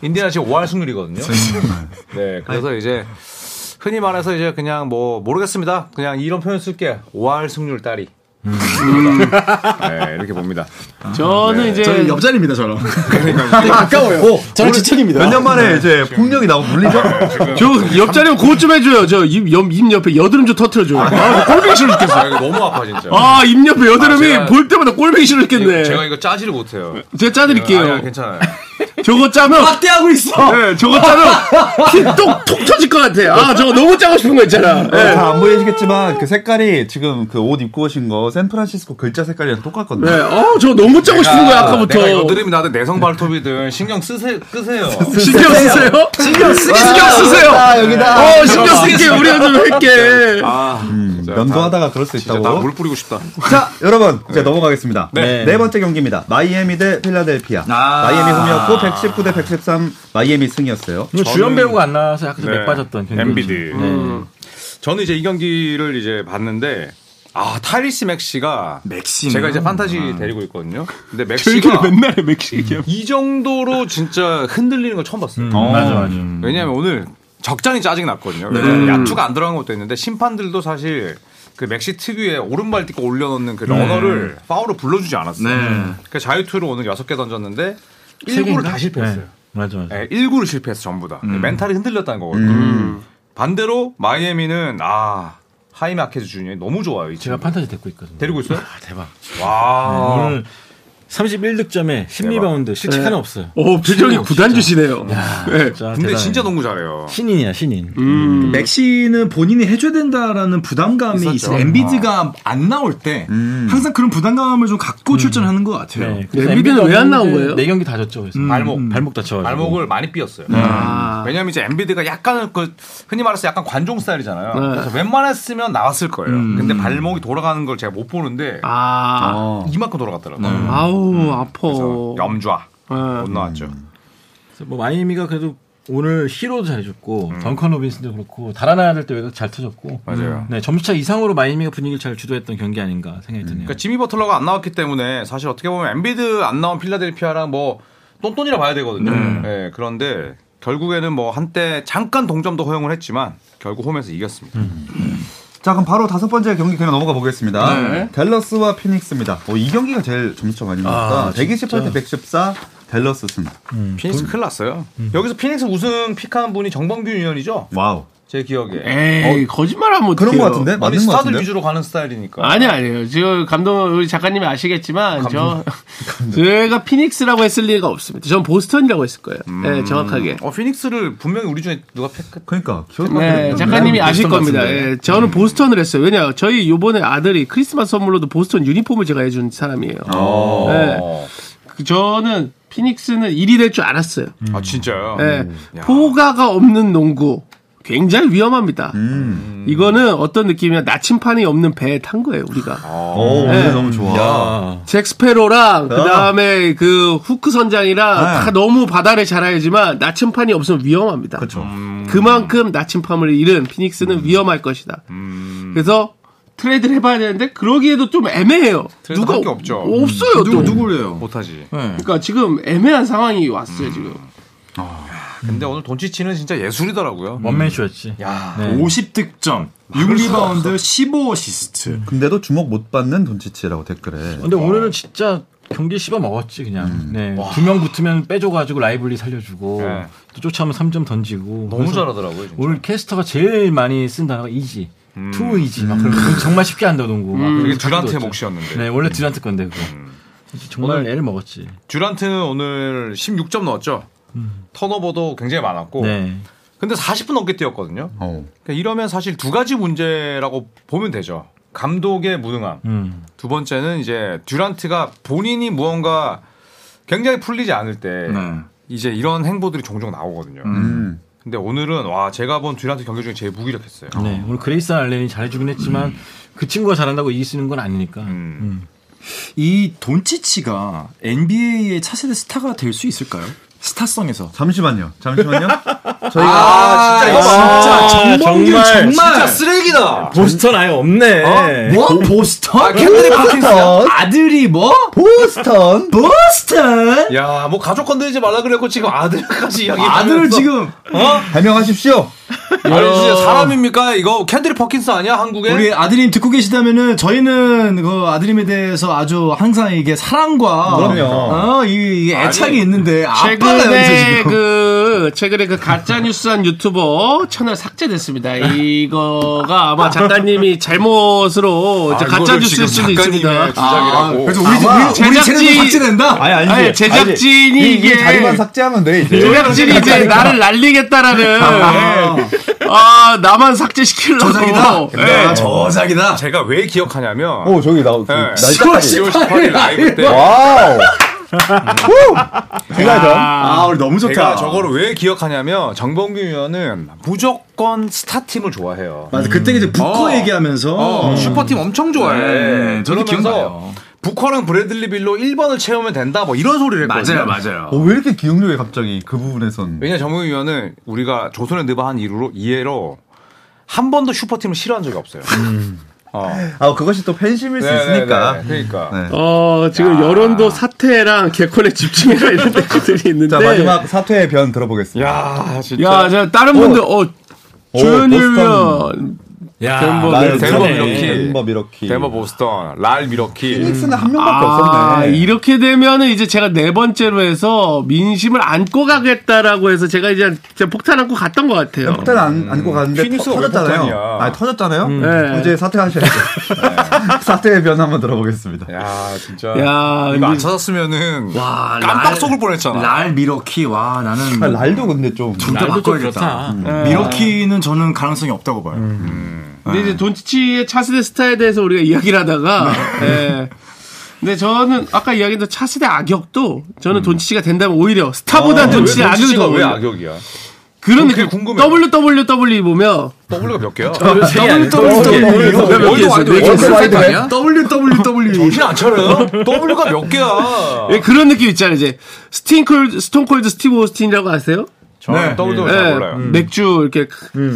Speaker 5: 인디애나 지금 5할 승률이거든요. 네, 그래서 이제 흔히 말해서 이제 그냥 뭐 모르겠습니다. 그냥 이런 표현 쓸게. 5할 승률 딸이. 네, 이렇게 봅니다.
Speaker 3: 저는 이제
Speaker 2: 저는 옆자리입니다, 저랑. 가까워요. 저랑 지척입니다.
Speaker 4: 아,
Speaker 1: 몇 년 만에 이제 폭력이 나고 물리죠?
Speaker 3: 네. 저 옆자리면 그것 좀 해줘요. 저입옆 입 옆에 여드름 좀 터트려줘요. 아, 꼴뱅이 싫어 죽겠어.
Speaker 5: 아, 이거 너무 아파 진짜.
Speaker 3: 아, 입 옆에 여드름이
Speaker 5: 아, 제가-
Speaker 3: 볼 때마다 꼴뱅이 싫어
Speaker 5: 이거
Speaker 3: 죽겠네.
Speaker 5: 제가
Speaker 3: 제가,
Speaker 5: 이거 짜지를 못해요.
Speaker 3: 짜드릴게요.
Speaker 5: 아니야, 괜찮아요.
Speaker 3: 저거 짜면
Speaker 2: 확대하고 있어.
Speaker 3: 네, 저거 짜면 피똑톡 터질 것 같아. 아, 저거 너무 짜고 싶은 거 있잖아. 네.
Speaker 1: 다 안
Speaker 4: 음.
Speaker 1: 보이시겠지만 그 색깔이 지금 그 옷 입고 오신 거 샌프란시스코 글자 색깔이랑 똑같거든요.
Speaker 3: 네, 어, 저 너무 짜고 싶은 거야, 아까부터.
Speaker 5: 내가 여드름이 나든 내성 발톱이든 신경 쓰세, 끄세요.
Speaker 3: 신경 쓰세요? 그 신경 쓰 신경 쓰세요.
Speaker 1: 여기다.
Speaker 3: 어, 신경 쓸게. 우리가 좀 할게.
Speaker 5: 아, 진짜
Speaker 1: 면도하다가 그럴 수
Speaker 5: 진짜
Speaker 1: 있다고.
Speaker 5: 나 물 뿌리고 싶다.
Speaker 1: 자, 여러분, 이제 넘어가겠습니다.
Speaker 5: 네.
Speaker 1: 네. 번째 경기입니다. 마이애미 대 필라델피아.
Speaker 2: 아.
Speaker 1: 마이애미 홈이었고 119 대 113 마이애미 승이었어요.
Speaker 4: 이거 주연 배우가 안 나와서 약간 좀
Speaker 5: 네.
Speaker 4: 맥빠졌던 경기.
Speaker 5: 엠비드. 저는 이제 이 경기를 이제 봤는데 아 타리스 맥시가
Speaker 2: 맥심.
Speaker 5: 제가 이제 판타지 데리고 있거든요. 근데
Speaker 3: 저희끼리
Speaker 5: 맥시가
Speaker 3: 맨날 맥시
Speaker 1: 음.
Speaker 3: 얘기하고.
Speaker 5: 이 정도로 진짜 흔들리는 걸 처음 봤어요.
Speaker 4: 맞아 맞아.
Speaker 5: 왜냐하면 오늘 적잖이 짜증 났거든요. 그래서 야투가 안 들어간 것도 있는데 심판들도 사실 그 맥시 특유의 오른발 딛고 올려놓는 그 러너를 파울로 불러주지 않았어요.
Speaker 2: 네.
Speaker 5: 그 자유투를 오늘 여섯 개 던졌는데 1구를 다 실패했어요.
Speaker 4: 네. 맞아 맞아.
Speaker 5: 네, 1구를 실패했어 전부 다. 멘탈이 흔들렸다는 거거든요. 음. 반대로 마이애미는 아 하이메 아케즈 주니어 너무 좋아요. 이
Speaker 4: 제가
Speaker 5: 친구.
Speaker 4: 판타지 데리고 있거든요.
Speaker 5: 데리고 있어요?
Speaker 4: 아, 대박.
Speaker 5: 와.
Speaker 4: 오늘 31득점에 10리바운드 실책 하나 없어요.
Speaker 5: 네.
Speaker 3: 오, 표정이 구단주시네요. 네. 음.
Speaker 4: 진짜
Speaker 5: 근데
Speaker 4: 대단해요.
Speaker 5: 진짜 농구 잘해요.
Speaker 4: 신인이야 신인.
Speaker 5: 음.
Speaker 2: 음. 맥시는 본인이 해줘야 된다라는 부담감이 있어요. 엔비드가 안 나올 때 항상 그런 부담감을 좀 갖고 출전하는 것 같아요.
Speaker 4: 네, 그래서
Speaker 3: 엔비드는
Speaker 4: 엔비드가
Speaker 3: 왜안 나온
Speaker 4: 없는데
Speaker 3: 거예요?
Speaker 4: 네 경기 다 졌죠. 그래서
Speaker 5: 발목.
Speaker 4: 발목 다쳐.
Speaker 5: 음. 발목을 많이 삐었어요.
Speaker 4: 네.
Speaker 3: 아.
Speaker 5: 왜냐면 이제 엔비드가 약간은 그 흔히 말해서 약간 관종 스타일이잖아요. 그래서 웬만했으면 나왔을 거예요. 근데 발목이 음. 돌아가는 음. 걸 제가 못 보는데
Speaker 3: 아.
Speaker 1: 어.
Speaker 5: 이만큼 돌아갔더라고요.
Speaker 3: 아우,
Speaker 5: 그래서 어.
Speaker 3: 아파.
Speaker 5: 염좌
Speaker 3: 네.
Speaker 5: 못 나왔죠.
Speaker 4: 그래서 뭐 마이애미가 그래도 오늘 히로도 잘해줬고 덩컨 로빈슨도 그렇고 달아나야 될 때 잘 터졌고.
Speaker 5: 음. 맞아요.
Speaker 4: 네 점수차 이상으로 마이애미가 분위기를 잘 주도했던 경기 아닌가 생각이 드네요.
Speaker 5: 그러니까 지미 버틀러가 안 나왔기 때문에 사실 어떻게 보면 엔비드 안 나온 필라델피아랑 뭐 똔똔이라 봐야 되거든요. 예, 그런데 결국에는 뭐 한때 잠깐 동점도 허용을 했지만 결국 홈에서 이겼습니다.
Speaker 1: 자, 그럼 바로 다섯 번째 경기 그냥 넘어가 보겠습니다. 댈러스와 피닉스입니다. 어, 이 경기가 제일 점수점 아닙니까? 128 대 114 댈러스 승.
Speaker 5: 피닉스 큰일 났어요. 여기서 피닉스 우승 픽한 분이 정범균 위원이죠?
Speaker 1: 와우.
Speaker 5: 제 기억에.
Speaker 3: 에이, 거짓말하면 어떡해요.
Speaker 1: 그런 것 같은데?
Speaker 5: 아니
Speaker 1: 맞는 것
Speaker 5: 스타들
Speaker 1: 같은데?
Speaker 5: 위주로 가는 스타일이니까.
Speaker 3: 아니 아니에요. 지금 감독 우리 작가님이 아시겠지만 저 제가 피닉스라고 했을 리가 없습니다. 전 보스턴이라고 했을 거예요. 네, 정확하게.
Speaker 5: 어 피닉스를 분명히 우리 중에 누가 팩
Speaker 1: 그러니까 기억나.
Speaker 3: 네, 작가님이 아실 겁니다. 예, 저는 보스턴을 했어요. 왜냐, 저희 요번에 아들이 크리스마스 선물로도 보스턴 유니폼을 제가 해준 사람이에요. 네. 그 저는 피닉스는 1위 될 줄 알았어요.
Speaker 5: 아 진짜요?
Speaker 2: 네.
Speaker 3: 예,
Speaker 5: 야.
Speaker 3: 포가가 없는 농구. 굉장히 위험합니다. 이거는 어떤 느낌이냐, 나침판이 없는 배에 탄 거예요, 우리가.
Speaker 1: 어, 오, 오늘 너무 좋아.
Speaker 2: 어.
Speaker 3: 잭스페로랑 그 다음에 그 후크 선장이랑
Speaker 1: 네.
Speaker 3: 다 너무 바다를 잘하지만 나침판이 없으면 위험합니다.
Speaker 1: 그렇죠.
Speaker 5: 음.
Speaker 3: 만큼 나침판을 잃은 피닉스는
Speaker 2: 음.
Speaker 3: 위험할 것이다.
Speaker 5: 음.
Speaker 3: 그래서 트레이드를 해봐야 되는데 그러기에도 좀 애매해요.
Speaker 5: 트레이드 할게 없죠.
Speaker 3: 없어요. 또.
Speaker 2: 누구래요?
Speaker 5: 못하지.
Speaker 3: 그러니까 지금 애매한 상황이 왔어요
Speaker 5: 음.
Speaker 3: 지금.
Speaker 5: 근데 오늘 돈치치는 진짜 예술이더라고요.
Speaker 4: 뭐, 원맨쇼였지.
Speaker 5: 야.
Speaker 2: 50득점, 6리바운드, 15어시스트.
Speaker 1: 근데도 주목 못 받는 돈치치라고 댓글에.
Speaker 4: 근데 오늘은 진짜 경기 씹어 먹었지 그냥. 네. 두 명 붙으면 빼줘가지고 라이블리 살려주고
Speaker 5: 음. 네.
Speaker 4: 또 쫓아오면 3점 던지고.
Speaker 5: 너무
Speaker 4: 그래서
Speaker 5: 잘하더라고요. 진짜. 음.
Speaker 4: 오늘 캐스터가 제일 많이 쓴 단어가 이지. 투 이지. 막 그런 거. 정말 쉽게 한다 농구. 막
Speaker 5: 그게
Speaker 4: 그런
Speaker 5: 음. 듀란트의
Speaker 4: 각도 없죠.
Speaker 5: 몫이었는데. 음.
Speaker 4: 네 원래 듀란트 건데 그거. 정말 애를 먹었지.
Speaker 5: 듀란트는 오늘 16점 넣었죠. 턴오버도 굉장히 많았고.
Speaker 4: 네.
Speaker 5: 근데 40분 넘게 뛰었거든요.
Speaker 1: 어.
Speaker 5: 그러니까 이러면 사실 두 가지 문제라고 보면 되죠. 감독의 무능함.
Speaker 4: 음.
Speaker 5: 두 번째는 이제 듀란트가 본인이 무언가 굉장히 풀리지 않을 때
Speaker 2: 네.
Speaker 5: 이제 이런 행보들이 종종 나오거든요.
Speaker 1: 음.
Speaker 5: 근데 오늘은 와 제가 본 듀란트 경기 중에 제일 무기력했어요.
Speaker 2: 음.
Speaker 4: 네, 오늘 그레이스 알렌이 잘해주긴 했지만 그 친구가 잘한다고 이길 수 있는 건 아니니까.
Speaker 5: 음.
Speaker 2: 이 돈치치가 NBA의 차세대 스타가 될 수 있을까요? 스타성에서.
Speaker 1: 잠시만요. 잠시만요. 저희가
Speaker 6: 아, 진짜 이거
Speaker 2: 아, 정말,
Speaker 6: 진짜 쓰레기다.
Speaker 7: 보스턴 아예 없네.
Speaker 2: 뭐 보스턴? 아, 캔들이 아들이 뭐?
Speaker 1: 보스턴
Speaker 2: 보스턴?
Speaker 5: 야 뭐 가족 건드리지 말라 그랬고 지금 아들까지 이야기.
Speaker 2: 아들을 지금
Speaker 1: 해명하십시오.
Speaker 5: 아니 진짜 사람입니까 이거 캔드리 퍼킨스 아니야 한국에?
Speaker 2: 우리 아드님 듣고 계시다면은 저희는 그 아드님에 대해서 아주 항상 이게 사랑과
Speaker 1: 그럼요.
Speaker 2: 어, 이, 이 애착이 있는데 아빠가 여기서
Speaker 3: 최근에
Speaker 2: 지금
Speaker 3: 그 최근에 그 가짜 뉴스한 유튜버 채널 삭제됐습니다. 이거가 아마 작가님이 잘못으로
Speaker 5: 아,
Speaker 3: 이제 가짜 뉴스일 수도 있습니다. 아,
Speaker 5: 주장이라고.
Speaker 2: 그래서 우리 우리
Speaker 3: 제작진-
Speaker 2: 채널도 삭제된다.
Speaker 1: 아니 아니지.
Speaker 3: 아니, 예, 제작진이
Speaker 1: 아니지.
Speaker 3: 이게-
Speaker 1: 자리만 삭제하면 돼 이제.
Speaker 3: 네. 그러니까 제작진이 이제 나를 날리겠다라는 아 나만 삭제시키려고 어,
Speaker 2: 저작이다.
Speaker 5: 네.
Speaker 2: 아, 저작이다.
Speaker 5: 제가 왜 기억하냐면
Speaker 1: 오 저기 나
Speaker 5: 네.
Speaker 1: 날짜까지.
Speaker 5: 10월 18일 라이브 때
Speaker 1: 와우. 후. 그날전.
Speaker 2: 아, 우리 너무 좋다.
Speaker 5: 제가 저거를 왜 기억하냐면 정범규 의원은 무조건 스타팀을 좋아해요.
Speaker 2: 맞아. 그때 이제 부커
Speaker 5: 어.
Speaker 2: 얘기하면서 음.
Speaker 5: 어, 슈퍼팀 엄청 좋아해.
Speaker 2: 네, 저도
Speaker 5: 그러면서
Speaker 2: 기억나요.
Speaker 5: 부커랑 브래들리 빌로 1번을 채우면 된다. 뭐 이런 소리를 했거든요.
Speaker 2: 맞아요.
Speaker 1: 어, 왜 이렇게 기억력이 갑자기 그 부분에선
Speaker 5: 왜냐 정범규 의원은 우리가 조선의 느바 한 이후로 이해로 한 번도 슈퍼팀을 싫어한 적이 없어요. 어.
Speaker 1: 아 그것이 또 팬심일 수
Speaker 5: 네, 네,
Speaker 1: 있으니까
Speaker 5: 네, 그러니까.
Speaker 1: 네.
Speaker 3: 어 지금 여론도 사태랑 개콘에 집중해라 이런 댓글들이 있는데
Speaker 1: 자 마지막 사퇴의 변 들어보겠습니다
Speaker 5: 야 진짜.
Speaker 3: 야, 자, 다른 분들, 어, 조현일
Speaker 1: 보스턴.
Speaker 3: 위원.
Speaker 7: 야,
Speaker 3: 덴버
Speaker 1: 날
Speaker 3: 네.
Speaker 1: 덴버
Speaker 5: 네.
Speaker 1: 미러키 덴버 음. 미러키
Speaker 5: 데버 보스턴, 랄 미러키.
Speaker 1: 피닉스는 한 명밖에
Speaker 3: 아,
Speaker 1: 없었네
Speaker 3: 이렇게 되면은 이제 제가 네 번째로 해서 민심을 안고 가겠다라고 해서 제가 이제 진짜 폭탄 안고 갔던 것 같아요.
Speaker 1: 폭탄 안, 안고 갔는데
Speaker 5: 피닉스가
Speaker 1: 터-
Speaker 5: 왜
Speaker 1: 터졌잖아요
Speaker 5: 폭탄이야?
Speaker 1: 아니 터졌잖아요
Speaker 3: 네.
Speaker 1: 이제 사퇴하셔야죠 네. 사퇴의 변 한번 들어보겠습니다
Speaker 5: 야 진짜.
Speaker 3: 야,
Speaker 5: 이거 안
Speaker 3: 근데
Speaker 5: 찾았으면은
Speaker 2: 와,
Speaker 5: 깜빡
Speaker 2: 랄-
Speaker 5: 속을 뻔했잖아.
Speaker 2: 랄 미러키 와 나는
Speaker 1: 아, 랄도 근데 좀
Speaker 7: 날도
Speaker 2: 둘다
Speaker 7: 좀
Speaker 2: 바꿔야겠다.
Speaker 7: 아,
Speaker 2: 음. 네.
Speaker 7: 그렇다.
Speaker 2: 미러키는 저는 가능성이 없다고 봐요.
Speaker 3: 근데
Speaker 5: 네.
Speaker 3: 이제 돈치치의 차세대 스타에 대해서 우리가 이야기를 하다가,
Speaker 5: 네.
Speaker 3: 예. 근데 저는 아까 이야기했던 차세대 악역도 저는 돈치치가 된다면 오히려 스타보다 돈치치 악역이
Speaker 5: 아저씨가
Speaker 3: 더
Speaker 5: 음. 어, 왜
Speaker 3: 오히려
Speaker 5: 악역이야?
Speaker 3: 그런
Speaker 5: 그게
Speaker 3: 느낌.
Speaker 5: 궁금해요.
Speaker 3: WWW 보면
Speaker 5: W가 몇 개야?
Speaker 3: WWW
Speaker 1: 어,
Speaker 5: 월드와이드 웹.
Speaker 1: 월드와이드 웹.
Speaker 2: WWW
Speaker 5: 정신 안 차려요? W가 몇 개야?
Speaker 3: 왜 그런 느낌 있잖아요. 이제 스팅콜 스톤콜드 스티브 오스틴이라고 아세요?
Speaker 5: 저는 W도
Speaker 3: 예,
Speaker 5: 잘 몰라요. 음.
Speaker 3: 맥주 이렇게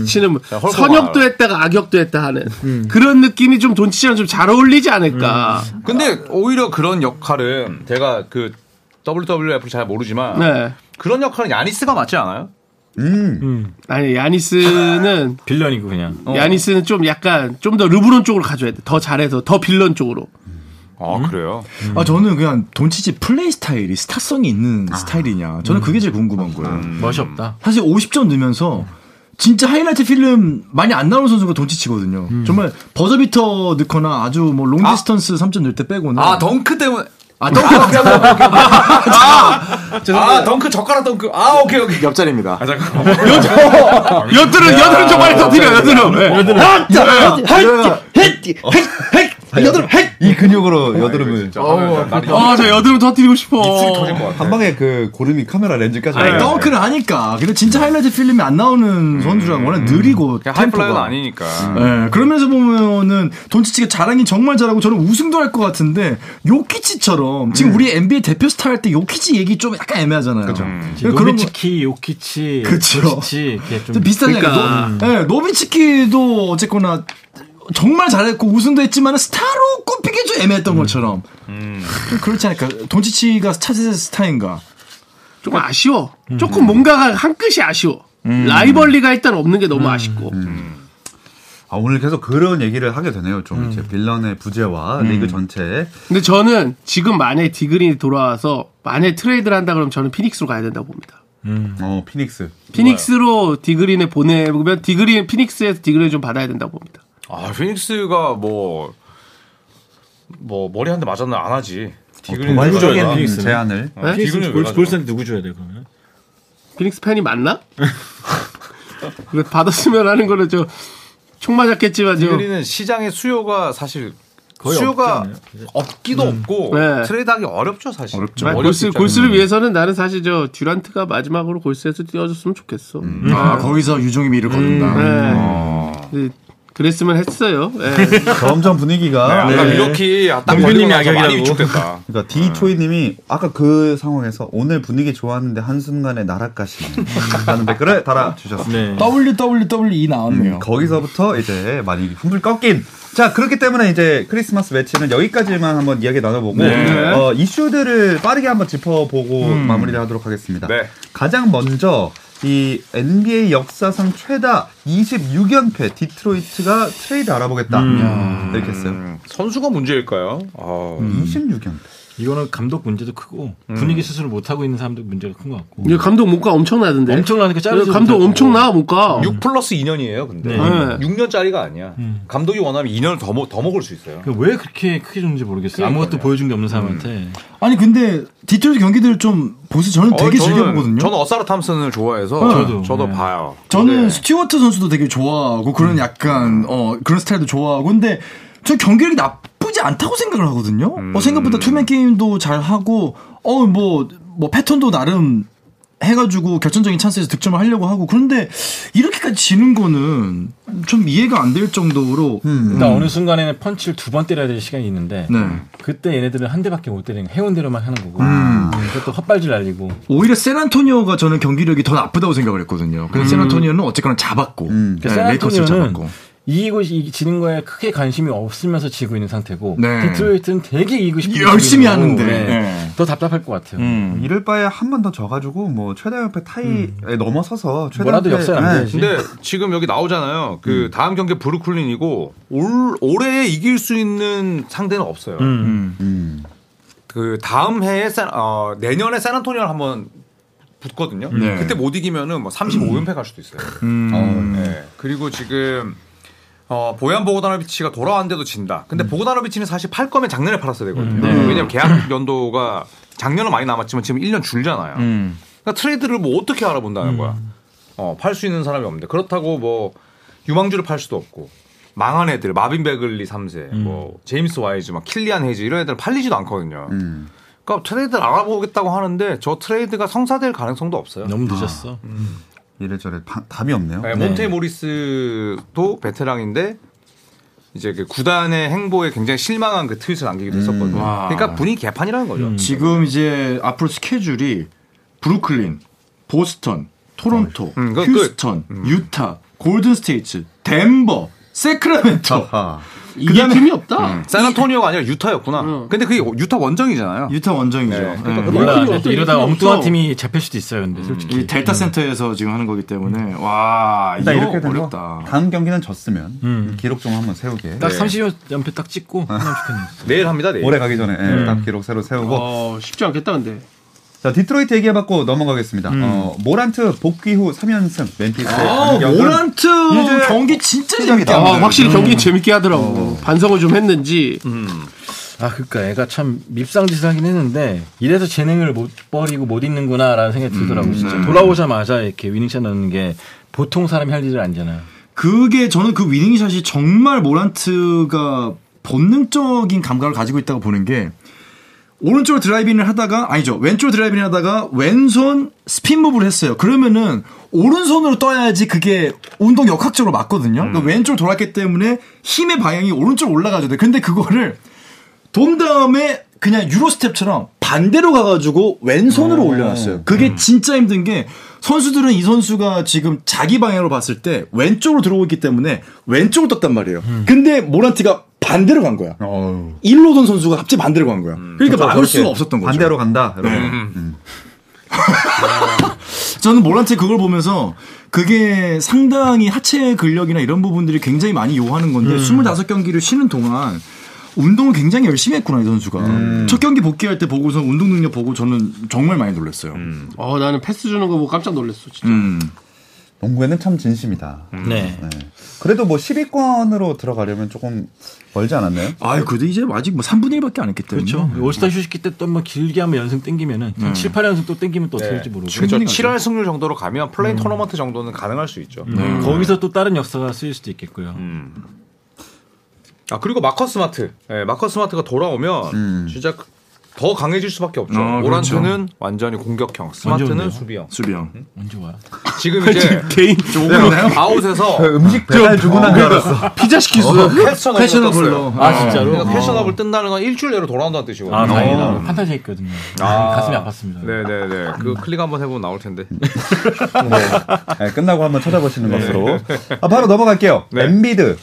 Speaker 3: 치는 분.
Speaker 5: 헐거만 음.
Speaker 3: 선역도
Speaker 5: 알아요.
Speaker 3: 했다가 악역도 했다 하는 그런 느낌이 좀 돈치치랑 좀 잘 어울리지 않을까.
Speaker 5: 근데 오히려 그런 역할은 제가 그 WWF를 잘 모르지만
Speaker 3: 네.
Speaker 5: 그런 역할은 야니스가 맞지 않아요?
Speaker 3: 아니 야니스는
Speaker 7: 빌런이고 그냥.
Speaker 3: 야니스는 좀 약간 좀 더 르브론 쪽으로 가줘야 돼. 더 잘해서 더 빌런 쪽으로.
Speaker 5: 아
Speaker 3: 음?
Speaker 5: 그래요?
Speaker 2: 아 저는 그냥 돈치치 플레이 스타일이 스타성이 있는 스타일이냐 저는 그게 제일 궁금한 거예요
Speaker 7: 멋이 없다.
Speaker 2: 사실 50점 넣으면서 진짜 하이라이트 필름 많이 안 나오는 선수가 돈치치거든요
Speaker 5: 음.
Speaker 2: 정말 버저비터 넣거나 아주 뭐 롱디스턴스 3점 넣을 때 빼고는
Speaker 5: 아 덩크 때문에
Speaker 2: 아, 덩크
Speaker 5: 아 덩크 젓가락 덩크 아 오케이 오케이
Speaker 2: 옆자리입니다
Speaker 3: 여드름 여드름 좀 많이 터뜨려 여드름.
Speaker 1: 이 근육으로 여드름을
Speaker 5: 어,
Speaker 3: 아저 여드름 터뜨리고 싶어.
Speaker 1: 한 방에 그 고름이 카메라 렌즈까지
Speaker 2: 아니,
Speaker 1: 올라가요.
Speaker 2: 덩크를 하니까 근데 진짜 하이라이트 필름이 안 나오는 선수랑 원래 느리고
Speaker 5: 하이플라이는
Speaker 2: 템포가.
Speaker 5: 아니니까
Speaker 2: 예, 그러면서 보면은 돈치치가 잘하긴 정말 잘하고 저는 우승도 할 것 같은데 요키치처럼 지금 우리 NBA 대표 스타 할 때 요키치 얘기 좀 약간 애매하잖아요. 그렇죠. 그런 거,
Speaker 7: 노비치키, 요키치,
Speaker 2: 그쵸.
Speaker 7: 요키치 이렇게 좀
Speaker 2: 좀 비슷하잖아요.
Speaker 3: 그러니까.
Speaker 2: 노, 예, 노비치키도 어쨌거나 정말 잘했고 우승도 했지만 스타로 꼽히기 좀 애매했던 것처럼 좀 그렇지 않을까? 돈치치가 차세대 스타인가?
Speaker 3: 조금 아쉬워. 조금 뭔가가 한 끗이 아쉬워. 라이벌리가 일단 없는 게 너무 아쉽고.
Speaker 1: 아, 오늘 계속 그런 얘기를 하게 되네요 좀 이제 빌런의 부재와 리그 전체
Speaker 3: 근데 저는 지금 만약에 디그린이 돌아와서 만약에 트레이드를 한다 그러면 저는 피닉스로 가야 된다고 봅니다.
Speaker 1: 어 피닉스
Speaker 3: 피닉스로 디그린을 보내면 디그린 피닉스에서 디그린을 좀 받아야 된다고 봅니다.
Speaker 5: 아 피닉스가 뭐 뭐 머리 한 대 맞았나 안 하지 디그린
Speaker 1: 도발적인 음, 제안을
Speaker 4: 네?
Speaker 7: 비슷해. 볼스한테 누구 줘야 돼 그러면?
Speaker 3: 피닉스 팬이 맞나? 그래, 받았으면 하는 거는 저 총 맞았겠지만 저
Speaker 5: 디그린은 시장의 수요가 사실 수요가 없기도 없고
Speaker 3: 네.
Speaker 5: 트레이드하기 어렵죠 사실.
Speaker 1: 어렵죠.
Speaker 3: 아,
Speaker 5: 어려운
Speaker 3: 골스,
Speaker 5: 입장에서.
Speaker 3: 골스를 위해서는 나는 사실 저 듀란트가 마지막으로 골스에서 뛰어줬으면 좋겠어.
Speaker 2: 아, 거기서 유종이 미를 거둔다.
Speaker 3: 네.
Speaker 5: 음. 아,
Speaker 3: 네, 그랬으면 했어요. 네.
Speaker 1: 점점 분위기가 네.
Speaker 5: 아까 미러키
Speaker 7: 남규님이
Speaker 5: 많이
Speaker 7: 악역이라고.
Speaker 5: 위축됐다.
Speaker 1: 그러니까 디초이님이 아까 그 상황에서 오늘 분위기 좋았는데 한 순간에 나락가시네라는 댓글을
Speaker 4: 네.
Speaker 1: 달아주셨습니다.
Speaker 7: 네.
Speaker 2: WWE E
Speaker 1: 음.
Speaker 2: 나왔네요.
Speaker 1: 거기서부터 이제 많이 훈불 꺾인. 자 그렇기 때문에 이제 크리스마스 매치는 여기까지만 한번 이야기 나눠보고 어, 이슈들을 빠르게 한번 짚어보고 마무리를 하도록 하겠습니다.
Speaker 5: 네.
Speaker 1: 가장 먼저 이 NBA 역사상 최다 26연패 디트로이트가 트레이드 알아보겠다 이렇게 했어요.
Speaker 5: 음, 선수가 문제일까요? 아,
Speaker 1: 음. 26연패.
Speaker 7: 이거는 감독 문제도 크고
Speaker 2: 음.
Speaker 7: 분위기 수술을 못 하고 있는 사람들 문제가 큰 것 같고.
Speaker 3: 이거 감독 못가 엄청나던데.
Speaker 7: 예,
Speaker 3: 그
Speaker 7: 엄청나니까 자르지
Speaker 3: 감독
Speaker 7: 못하고.
Speaker 3: 엄청나 못가.
Speaker 5: 6 플러스 2년이에요, 근데.
Speaker 7: 네.
Speaker 5: 음.
Speaker 3: 네.
Speaker 5: 6년짜리가 아니야. 감독이 원하면 2년을 더, 먹- 더 먹을 수 있어요.
Speaker 7: 그러니까 왜 그렇게 크게 줬는지 모르겠어요. 아무것도 보여준 게 없는 사람한테.
Speaker 2: 아니 근데 디트로이트 경기들을 좀 보세요. 저는 되게
Speaker 5: 어, 저는-
Speaker 2: 즐겨보거든요.
Speaker 5: 저는 어사르 탐슨을 좋아해서 저도,
Speaker 7: 저도, 네.
Speaker 5: 봐요.
Speaker 2: 저는
Speaker 5: 근데
Speaker 2: 스튜어트 선수도 되게 좋아하고 그런 약간 어 그런 스타일도 좋아하고 근데 저 경기력이 나쁘지 않다고 생각을 하거든요. 어 생각보다 투맨 게임도 잘 하고 어 뭐 뭐 패턴도 나름 해가지고 결정적인 찬스에서 득점을 하려고 하고 그런데 이렇게까지 지는 거는 좀 이해가 안 될 정도로
Speaker 4: 음.
Speaker 7: 일단 어느 순간에는 펀치를 두 번 때려야 될 시간이 있는데
Speaker 2: 네
Speaker 7: 그때 얘네들은 한 대밖에 못 때리는 거, 해온 대로만 하는 거고 음, 그것도 헛발질 날리고
Speaker 2: 오히려 샌안토니오가 저는 경기력이 더 나쁘다고 생각을 했거든요. 근데 샌안토니오는 어쨌거나 잡았고 네,
Speaker 7: 그러니까
Speaker 2: 레이커스를
Speaker 7: 샌안토니오는
Speaker 2: 잡았고
Speaker 7: 이기고 이- 지는 거에 크게 관심이 없으면서 지고 있는 상태고
Speaker 2: 네.
Speaker 7: 디트로이트는 되게 이기고 싶은 기분이
Speaker 2: 열심히 하는데.
Speaker 7: 나고, 네.
Speaker 2: 네.
Speaker 7: 더 답답할 것 같아요.
Speaker 5: 음.
Speaker 1: 이럴 바에 한 번 더 져가지고 뭐 최다 연패 타이에
Speaker 2: 음.
Speaker 1: 넘어서서 최다
Speaker 7: 뭐라도
Speaker 1: 연패- 네.
Speaker 7: 역사는 안 되지.
Speaker 5: 근데 지금 여기 나오잖아요. 그 다음 경기 브루클린이고 올 올해에 이길 수 있는 상대는 없어요.
Speaker 1: 음.
Speaker 5: 그 다음 해에 샌, 어, 내년에 샌안토니오를 한번 붙거든요.
Speaker 2: 네.
Speaker 5: 그때 못 이기면은 뭐 35연패 갈 수도 음. 있어요.
Speaker 2: 음.
Speaker 5: 네. 그리고 지금 어, 보얀 보고다노비치가 돌아왔는데도 진다. 근데 보고다노비치는 사실 팔 거면 작년에 팔았어야 되거든요. 왜냐면 계약 연도가 작년은 많이 남았지만 지금 1년 줄잖아요.
Speaker 7: 음.
Speaker 5: 그러니까 트레이드를 뭐 어떻게 알아본다는 거야. 어, 팔 수 있는 사람이 없는데 그렇다고 뭐 유망주를 팔 수도 없고 망한 애들 마빈 베글리 3세, 뭐 제임스 와이즈, 막 킬리안 헤이즈 이런 애들 은 팔리지도 않거든요.
Speaker 1: 음.
Speaker 5: 그러니까 트레이드를 알아보겠다고 하는데 저 트레이드가 성사될 가능성도 없어요.
Speaker 7: 너무 늦었어.
Speaker 2: 아.
Speaker 1: 이래저래 바- 답이 없네요.
Speaker 5: 네, 몬테 모리스도 베테랑인데 이제 그 구단의 행보에 굉장히 실망한 그 트윗을 남기기도 했었거든요. 그러니까 분위기 개판이라는 거죠.
Speaker 2: 음. 지금 이제 앞으로 스케줄이 브루클린, 보스턴, 토론토,
Speaker 5: 음, 그거
Speaker 2: 휴스턴, 유타, 골든 스테이츠, 덴버, 세크라멘토. 음.
Speaker 1: 아하.
Speaker 3: 이게 팀이 없다.
Speaker 5: 샌안토니오가 아니라 유타였구나. 근데 그게 유타 원정이잖아요.
Speaker 2: 유타 원정이죠.
Speaker 5: 네,
Speaker 2: 예.
Speaker 4: 그러니까
Speaker 7: 몰라
Speaker 3: 팀이 없어,
Speaker 7: 이러다
Speaker 3: 팀이
Speaker 7: 엉뚱한
Speaker 3: 없어.
Speaker 7: 팀이 잡힐 수도 있어요. 근데 솔직히
Speaker 2: 이
Speaker 4: 음.
Speaker 2: 델타 센터에서 지금 하는 거기 때문에 와 이거
Speaker 1: 일단 이렇게 돼서
Speaker 2: 어렵다.
Speaker 1: 다음 경기는 졌으면
Speaker 2: 음.
Speaker 1: 기록 좀 한번 세우게.
Speaker 2: 네.
Speaker 7: 딱 30연패 딱 찍고
Speaker 2: 아.
Speaker 7: 하면 좋겠네요.
Speaker 5: 내일 합니다. 내일.
Speaker 1: 올해 가기 전에 예,
Speaker 2: 음.
Speaker 1: 딱 기록 새로 세우고.
Speaker 3: 어, 쉽지 않겠다 근데.
Speaker 1: 자 디트로이트 얘기해봤고 넘어가겠습니다. 어, 모란트 복귀 후 3연승 멤피스.
Speaker 2: 음. 아, 모란트
Speaker 1: 이제
Speaker 2: 경기 진짜
Speaker 1: 시작이다.
Speaker 2: 재밌다.
Speaker 3: 아, 확실히 경기 재밌게 하더라고. 반성을 좀 했는지.
Speaker 7: 아, 그니까 애가 참 밉상짓을 하긴 했는데 이래서 재능을 못 버리고 못 있는구나라는 생각이
Speaker 2: 음,
Speaker 7: 들더라고 요
Speaker 2: 네.
Speaker 7: 진짜 돌아오자마자 이렇게 위닝샷 넣는 게 보통 사람이 할 일은 아니잖아요.
Speaker 2: 그게 저는 그 위닝샷이 정말 모란트가 본능적인 감각을 가지고 있다고 보는 게 오른쪽 드라이빙을 하다가 아니죠 왼쪽 드라이빙을 하다가 왼손 스핀 무브를 했어요. 그러면은 오른손으로 떠야지 그게 운동 역학적으로 맞거든요. 그러니까 왼쪽 돌았기 때문에 힘의 방향이 오른쪽 올라가줘야 돼. 근데 그거를 돈 다음에 그냥 유로스텝처럼 반대로 가가지고 왼손으로 올려놨어요. 그게 진짜 힘든 게 선수들은 이 선수가 지금 자기 방향으로 봤을 때 왼쪽으로 들어오기 때문에 왼쪽을 떴단 말이에요. 근데 모란티가 반대로 간 거야.
Speaker 1: 어우.
Speaker 2: 일로 돈 선수가 갑자기 반대로 간 거야. 그러니까
Speaker 1: 그렇죠,
Speaker 2: 막을
Speaker 1: 그렇게
Speaker 2: 수가 없었던 거죠. 음.
Speaker 1: 반대로 간다. 여러분.
Speaker 2: 저는 모란티 그걸 보면서 그게 상당히 하체 근력이나 이런 부분들이 굉장히 많이 요하는 건데 25경기를 쉬는 동안 운동을 굉장히 열심히 했구나 이 선수가 첫 경기 복귀할 때 보고서 운동 능력 보고 저는 정말 많이 놀랐어요.
Speaker 3: 어, 나는 패스 주는 거 보고 깜짝 놀랐어. 진짜.
Speaker 2: 음.
Speaker 1: 농구에는 참 진심이다.
Speaker 7: 네.
Speaker 1: 네. 그래도 뭐 10위권으로 들어가려면 조금 멀지 않았나요?
Speaker 2: 아유, 그래도 이제 아직 뭐 3분의 1밖에 안 했기 때문에.
Speaker 4: 음.
Speaker 7: 그렇죠. 올스타 휴식기 때 또
Speaker 4: 뭐
Speaker 7: 한번 길게 한번 연승 땡기면은 7, 8연승 또 땡기면 또 어떻게
Speaker 5: 네.
Speaker 7: 될지 모르고.
Speaker 5: 그렇죠. 7할 승률 정도로 가면 플레인 토너먼트
Speaker 4: 음.
Speaker 5: 정도는 가능할 수 있죠.
Speaker 7: 거기서 또 다른 역사가 쓰일 수도 있겠고요.
Speaker 5: 아 그리고 마커 스마트, 예, 마커 스마트가 돌아오면 진짜 그- 더 강해질 수밖에 없죠.
Speaker 2: 아, 그렇죠.
Speaker 5: 오란트는 완전히 공격형, 스마트는
Speaker 8: 완전히요?
Speaker 5: 수비형.
Speaker 2: 수비형.
Speaker 5: 음?
Speaker 8: 언제 와요?
Speaker 5: 지금 이제 네,
Speaker 3: 개인
Speaker 5: 아웃에서
Speaker 1: 음식 배달 주고 난줄 알았어.
Speaker 3: 피자 시키수.
Speaker 5: 패션업을 떴어요.
Speaker 4: 아 진짜로?
Speaker 5: 그러니까 패션업을 뜬다는 건 일주일 내로 돌아온다는 뜻이거든요.
Speaker 4: 아 다행이다. 판타지 있거든요. 가슴이 아팠습니다.
Speaker 5: 네네네. 그 클릭 한번 해보면 나올 텐데.
Speaker 1: 네, 끝나고 한번 찾아보시는 것으로. 아, 바로 넘어갈게요.
Speaker 5: 네.
Speaker 1: 엠비드.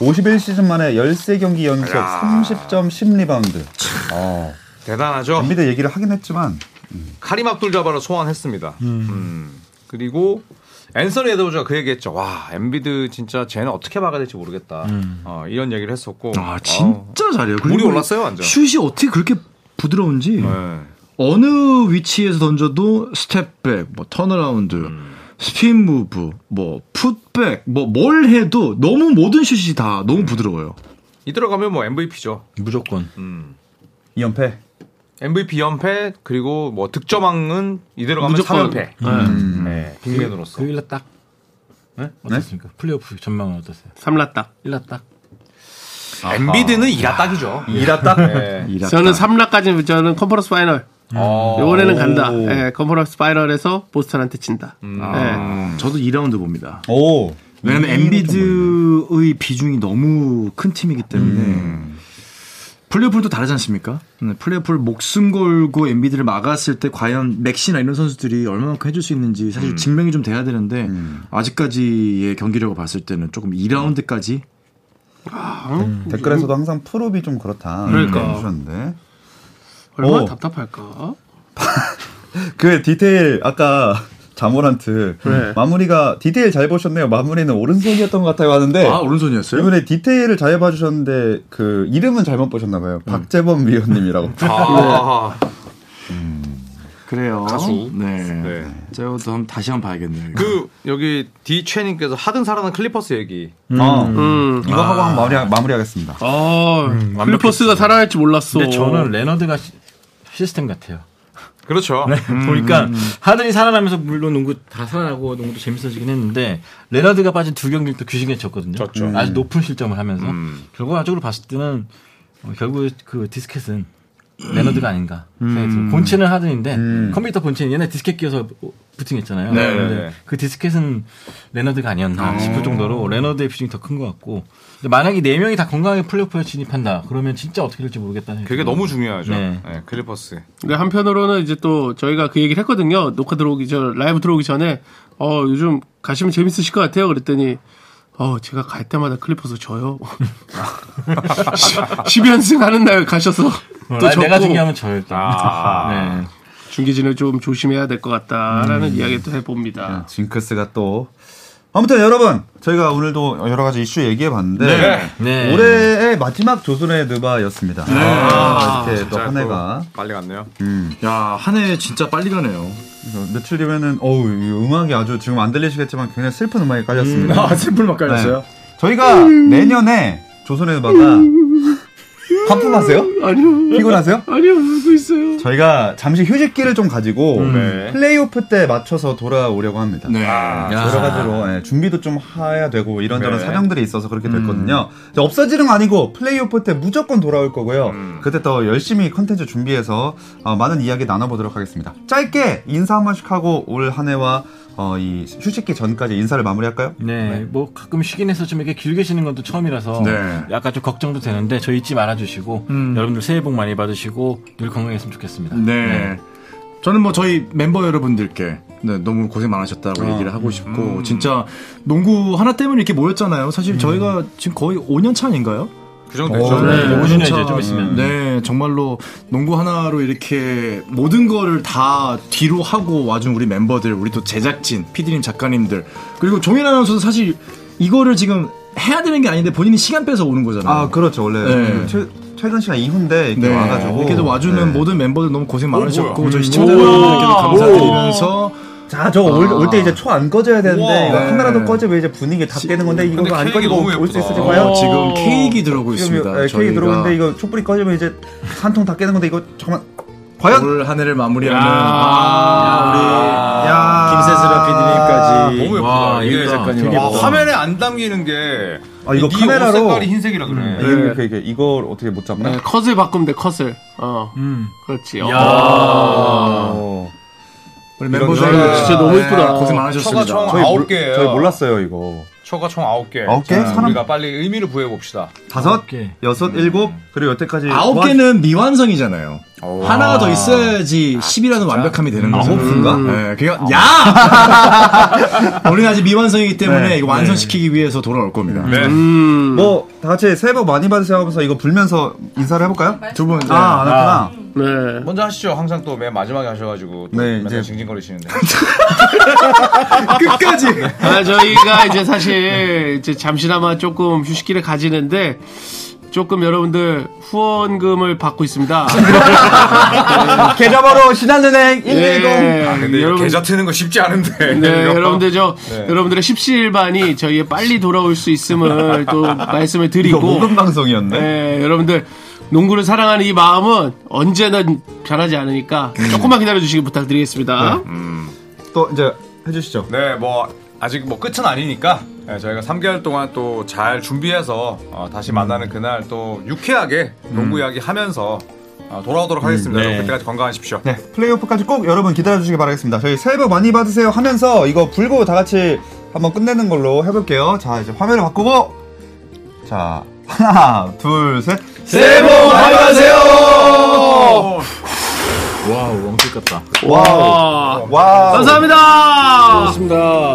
Speaker 1: 51시즌 만에 13경기 연속 30점 10리바운드. 어,
Speaker 5: 대단하죠.
Speaker 1: 엠비드 얘기를 하긴 했지만
Speaker 5: 카림 압둘 자바를 소환했습니다. 음. 그리고 앤서니 에드워즈가 그 얘기했죠. 와 엠비드 진짜 쟤는 어떻게 막아야 될지 모르겠다. 어, 이런 얘기를 했었고. 어,
Speaker 2: 아 진짜 잘해요.
Speaker 5: 물이
Speaker 2: 그리고
Speaker 5: 올랐어요, 완전.
Speaker 2: 슛이 어떻게 그렇게 부드러운지
Speaker 5: 네.
Speaker 2: 어느 위치에서 던져도 스텝백, 뭐 턴어라운드,
Speaker 5: 음.
Speaker 2: 스핀 무브, 뭐 풋백, 뭐 뭘 해도 너무 모든 슛이 다 너무
Speaker 5: 음.
Speaker 2: 부드러워요.
Speaker 5: 이 들어가면 뭐 MVP죠.
Speaker 4: 무조건.
Speaker 1: 이연패
Speaker 5: MVP 연패 그리고 뭐 득점왕은 이 들어가면
Speaker 2: 무조건.
Speaker 5: 3연패.
Speaker 3: 예.
Speaker 1: 음.
Speaker 5: 네. 빅맨으로서.
Speaker 4: 그 일라 딱. 네? 어떻습니까? 플레이오프 전망은 어떠세요?
Speaker 3: 삼라딱.
Speaker 4: 일라 딱.
Speaker 5: 엠비드는 이라 딱이죠.
Speaker 1: 이라 딱.
Speaker 5: 음. 네.
Speaker 3: 저는 삼라까지 저는 컨퍼런스 파이널.
Speaker 5: 어.
Speaker 3: 이번에는 간다. 예, 컨퍼런스 파이널에서 보스턴한테 진다. 예.
Speaker 2: 저도 2라운드 봅니다.
Speaker 1: 오.
Speaker 2: 왜냐면 엠비드의 비중이 너무 큰 팀이기 때문에 음. 플레이오프도 다르지 않습니까? 네, 플레이오프 목숨 걸고 엠비드를 막았을 때 과연 맥시나 이런 선수들이 얼마만큼 해줄 수 있는지 사실 증명이 좀 돼야 되는데 아직까지의 경기력을 봤을 때는 조금 2라운드까지
Speaker 3: 음.
Speaker 1: 댓글에서도 항상 프롭이 좀 그렇다.
Speaker 3: 그러니까.
Speaker 1: 해주셨는데.
Speaker 3: 얼마나
Speaker 1: 오.
Speaker 4: 어.
Speaker 3: 답답할까?
Speaker 1: 그 디테일 아까 자모란트
Speaker 3: 네.
Speaker 1: 마무리가 디테일 잘 보셨네요. 마무리는 오른손이었던 것 같아요 하는데
Speaker 2: 아 오른손이었어요?
Speaker 1: 이번에 디테일을 잘 봐주셨는데 그 이름은 잘못 보셨나봐요. 박재범 위원님이라고.
Speaker 5: 아.
Speaker 2: 그래요.
Speaker 5: 가수.
Speaker 2: 네.
Speaker 5: 네.
Speaker 2: 제가 또 한번 다시 한번 봐야겠네요.
Speaker 5: 그 여기 디최님께서 하든 사라는 클리퍼스 얘기.
Speaker 1: 어,
Speaker 3: 음.
Speaker 1: 이거 하고 한 마무리 마무리하겠습니다.
Speaker 3: 아, 클리퍼스가 살아날 줄 몰랐어.
Speaker 4: 근데 저는 레너드가 시, 시스템 같아요.
Speaker 5: 그렇죠.
Speaker 4: 네. 음. 보니까
Speaker 5: 음.
Speaker 4: 하든이 살아나면서 물론 농구 다 살아나고 농구도 재밌어지긴 했는데 레너드가 빠진 두 경기를 또 귀신같이 졌거든요. 음.
Speaker 5: 졌죠.
Speaker 4: 아주 높은 실점을 하면서
Speaker 5: 음.
Speaker 4: 결과적으로 봤을 때는 어, 결국 그 디스켓은
Speaker 5: 음.
Speaker 4: 레너드가 아닌가 생각이 들어요. 본체는 하든인데 컴퓨터 본체는 옛날 디스켓 끼워서 부팅했잖아요.
Speaker 5: 네,
Speaker 4: 근데
Speaker 5: 네, 어. 네.
Speaker 4: 그 디스켓은 레너드가 아니었나 싶을 정도로 레너드의 비중이 더 큰 것 같고 근데 만약에 네 명이 다 건강하게 플레이오프에 진입한다 그러면 진짜 어떻게 될지 모르겠다는
Speaker 5: 그게 너무 중요하죠.
Speaker 4: 네.
Speaker 5: 네, 클리퍼스.
Speaker 3: 근데 한편으로는 이제 또 저희가 그 얘기를 했거든요. 녹화 들어오기 전, 라이브 들어오기 전에, 어, 요즘 가시면 재밌으실 것 같아요. 그랬더니, 어, 제가 갈 때마다 클리퍼스 져요. 10연승 하는 날 가셔서. 또
Speaker 4: 나- 내가
Speaker 3: 졌고
Speaker 4: 중요하면 저였다.
Speaker 5: 아.
Speaker 4: 네.
Speaker 3: 중계진을 좀 조심해야 될 것
Speaker 4: 음.
Speaker 3: 같다라는 이야기도 해봅니다.
Speaker 1: 아, 징크스가 또 아무튼 여러분 저희가 오늘도 여러 가지 이슈 얘기해 봤는데
Speaker 4: 네.
Speaker 1: 올해의 마지막 조선의 느바였습니다. 아, 이렇게 또 한 해가
Speaker 5: 빨리 갔네요.
Speaker 2: 야, 한 해 진짜 빨리 가네요.
Speaker 1: 그래서 며칠 뒤면은 어우 이 음악이 아주 지금 안 들리시겠지만 굉장히 슬픈 음악이 깔렸습니다. 네.
Speaker 2: 샘플 막 깔렸어요?
Speaker 1: 저희가 내년에 조선의 음악가 반품하세요?
Speaker 3: 아니요.
Speaker 1: 피곤하세요?
Speaker 3: 아니요, 울고 있어요.
Speaker 1: 저희가 잠시 휴식기를 좀 가지고
Speaker 5: 네.
Speaker 1: 플레이오프 때 맞춰서 돌아오려고 합니다.
Speaker 2: 네.
Speaker 1: 여러 가지로 예, 준비도 좀 해야 되고 이런저런
Speaker 5: 네.
Speaker 1: 사정들이 있어서 그렇게 됐거든요. 이제 없어지는 거 아니고 플레이오프 때 무조건 돌아올 거고요. 그때 더 열심히 컨텐츠 준비해서 어, 많은 이야기 나눠보도록 하겠습니다. 짧게 인사 한 번씩 하고 올 한 해와 어, 이 휴식기 전까지 인사를 마무리할까요?
Speaker 4: 네, 뭐 가끔 쉬긴 해서 좀 이렇게 길게 쉬는 것도 처음이라서
Speaker 2: 네.
Speaker 4: 약간 좀 걱정도 되는데 저 잊지 말아주시고 여러분들 새해 복 많이 받으시고 늘 건강했으면 좋겠습니다.
Speaker 2: 네. 저는 뭐 저희 멤버 여러분들께 네, 너무 고생 많으셨다고
Speaker 4: 아,
Speaker 2: 얘기를 하고 싶고 진짜 농구 하나 때문에 이렇게 모였잖아요. 사실 저희가 지금 거의 5년 차인가요?
Speaker 5: 그 정도 되죠.
Speaker 1: 어,
Speaker 4: 음.
Speaker 2: 네,
Speaker 4: 네, 5주년 이제
Speaker 2: 5년 차.
Speaker 4: 좀 있으면.
Speaker 2: 네, 정말로 농구 하나로 이렇게 모든 거를 다 뒤로 하고 와준 우리 멤버들, 우리 또 제작진, 피디님, 작가님들 그리고 종현 아나운서도 사실 이거를 지금 해야 되는 게 아닌데 본인이 시간 빼서 오는 거잖아요.
Speaker 1: 아 그렇죠 원래
Speaker 2: 네.
Speaker 1: 최, 최근 시간 이후인데 이렇게
Speaker 2: 네.
Speaker 1: 와가지고
Speaker 2: 이렇게 와주는
Speaker 1: 네. 음.
Speaker 2: 모든 멤버들 너무 고생 많으셨고
Speaker 5: 뭐야.
Speaker 2: 저희 시청자분들께도 감사드리면서
Speaker 1: 네. 자, 저거 올 때 이제 초 안 꺼져야 되는데 이거
Speaker 2: 네.
Speaker 1: 하나라도 꺼지면 이제 분위기 다 깨는 건데 이거
Speaker 5: 근데
Speaker 1: 안
Speaker 5: 케이크
Speaker 1: 꺼지고
Speaker 5: 너무
Speaker 1: 올 수
Speaker 5: 예쁘다.
Speaker 1: 있을
Speaker 2: 어,
Speaker 1: 거예요.
Speaker 2: 지금 케이크 들어오고
Speaker 1: 지금
Speaker 2: 있습니다.
Speaker 1: 이- 케이크
Speaker 2: 저희가
Speaker 1: 예, 들어오는데 이거 촛불이 꺼지면 이제 한 통 다 깨는 건데 이거 잠깐만 과연
Speaker 2: 올 한해를 마무리하는
Speaker 3: 야.
Speaker 2: 아, 김세슬 라피디님까지.
Speaker 5: 너무 예쁘다.
Speaker 2: 와,
Speaker 5: 이게
Speaker 2: 이게 작가님.
Speaker 5: 와, 화면에 안 담기는 게.
Speaker 1: 아, 이거
Speaker 5: 네
Speaker 1: 카메라로- 아, 음.
Speaker 5: 옷 색깔이 흰색이라 그래.
Speaker 1: 이게 왜 이렇게, 이게 이걸 어떻게 못 잡나?
Speaker 3: 네, 컷을 바꾸면 돼, 컷을. 어.
Speaker 4: 음.
Speaker 3: 그렇지. 어.
Speaker 1: 어.
Speaker 2: 우리
Speaker 3: 이거
Speaker 1: 네.
Speaker 3: 진짜 너무
Speaker 1: 아.
Speaker 3: 이쁘다.
Speaker 2: 고생
Speaker 5: 처가
Speaker 2: 많으셨습니다.
Speaker 5: 총
Speaker 1: 저희 몰-
Speaker 5: 아홉 개예요.
Speaker 1: 저희 몰랐어요 이거.
Speaker 5: 초가 총 아홉 개.
Speaker 1: 아홉 개?
Speaker 5: 자,
Speaker 1: 사람-
Speaker 5: 우리가 빨리 의미를 부여해 봅시다.
Speaker 1: 다섯,
Speaker 4: 개.
Speaker 1: 여섯, 일곱 그리고 여태까지
Speaker 2: 아홉
Speaker 1: 모았-
Speaker 2: 개는 미완성이잖아요. 하나가 더 있어야지 10이라는 완벽함이 되는 거죠.
Speaker 1: 아, 아홉인가?
Speaker 2: 네, 그게 야! 우리는 아직 미완성이기 때문에
Speaker 1: 네,
Speaker 2: 이거 완성시키기 위해서 돌아올 겁니다.
Speaker 3: 음.
Speaker 1: 뭐 다 같이 새해 복 많이 받으세요 하면서 이거 불면서 인사를 해볼까요?
Speaker 2: 두 분.
Speaker 1: 아 안 했구나.
Speaker 3: 네.
Speaker 5: 먼저 하시죠. 항상 또 맨 마지막에 하셔가지고 또
Speaker 1: 네,
Speaker 5: 맨날
Speaker 1: 이제-
Speaker 5: 징징거리시는데.
Speaker 2: 네. 끝까지.
Speaker 3: 아, 저희가 이제 사실 이제 잠시나마 조금 휴식기를 가지는데 조금 여러분들 후원금을 받고 있습니다.
Speaker 1: 아, 계좌번호 신한은행 110.
Speaker 3: 예,
Speaker 5: 아, 근데 이거
Speaker 3: 여러분-
Speaker 5: 계좌 트는 거 쉽지 않은데.
Speaker 3: 네, 여러분들 저
Speaker 5: 네.
Speaker 3: 여러분들의 십시일반이 저희의 빨리 돌아올 수 있음을 또 말씀을
Speaker 1: 이거
Speaker 3: 드리고
Speaker 1: 모금
Speaker 2: 예.
Speaker 1: 방송이었네.
Speaker 3: 네, 여러분들 농구를 사랑하는 이 마음은 언제나 변하지 않으니까 조금만 기다려 주시길 부탁드리겠습니다.
Speaker 1: 또 이제 해주시죠.
Speaker 5: 네, 뭐 아직 뭐 끝은 아니니까 네, 저희가 3개월 동안 또 잘 준비해서 어, 다시
Speaker 1: 음.
Speaker 5: 만나는 그날 또 유쾌하게 농구 이야기 하면서 어, 돌아오도록 하겠습니다. 여러분 그때까지 건강하십시오.
Speaker 1: 음, 네, 플레이오프까지 꼭 여러분 기다려주시기 바라겠습니다. 저희 새해 복 많이 받으세요 하면서 이거 불고 다 같이 한번 끝내는 걸로 해볼게요. 자, 이제 화면을 바꾸고. 자, 하나, 둘, 셋.
Speaker 2: 새해 복 많이 받으세요!
Speaker 4: 와우, 왕실 같다.
Speaker 1: 와우.
Speaker 3: 아,
Speaker 1: 와우.
Speaker 3: 감사합니다.
Speaker 7: 좋습니다.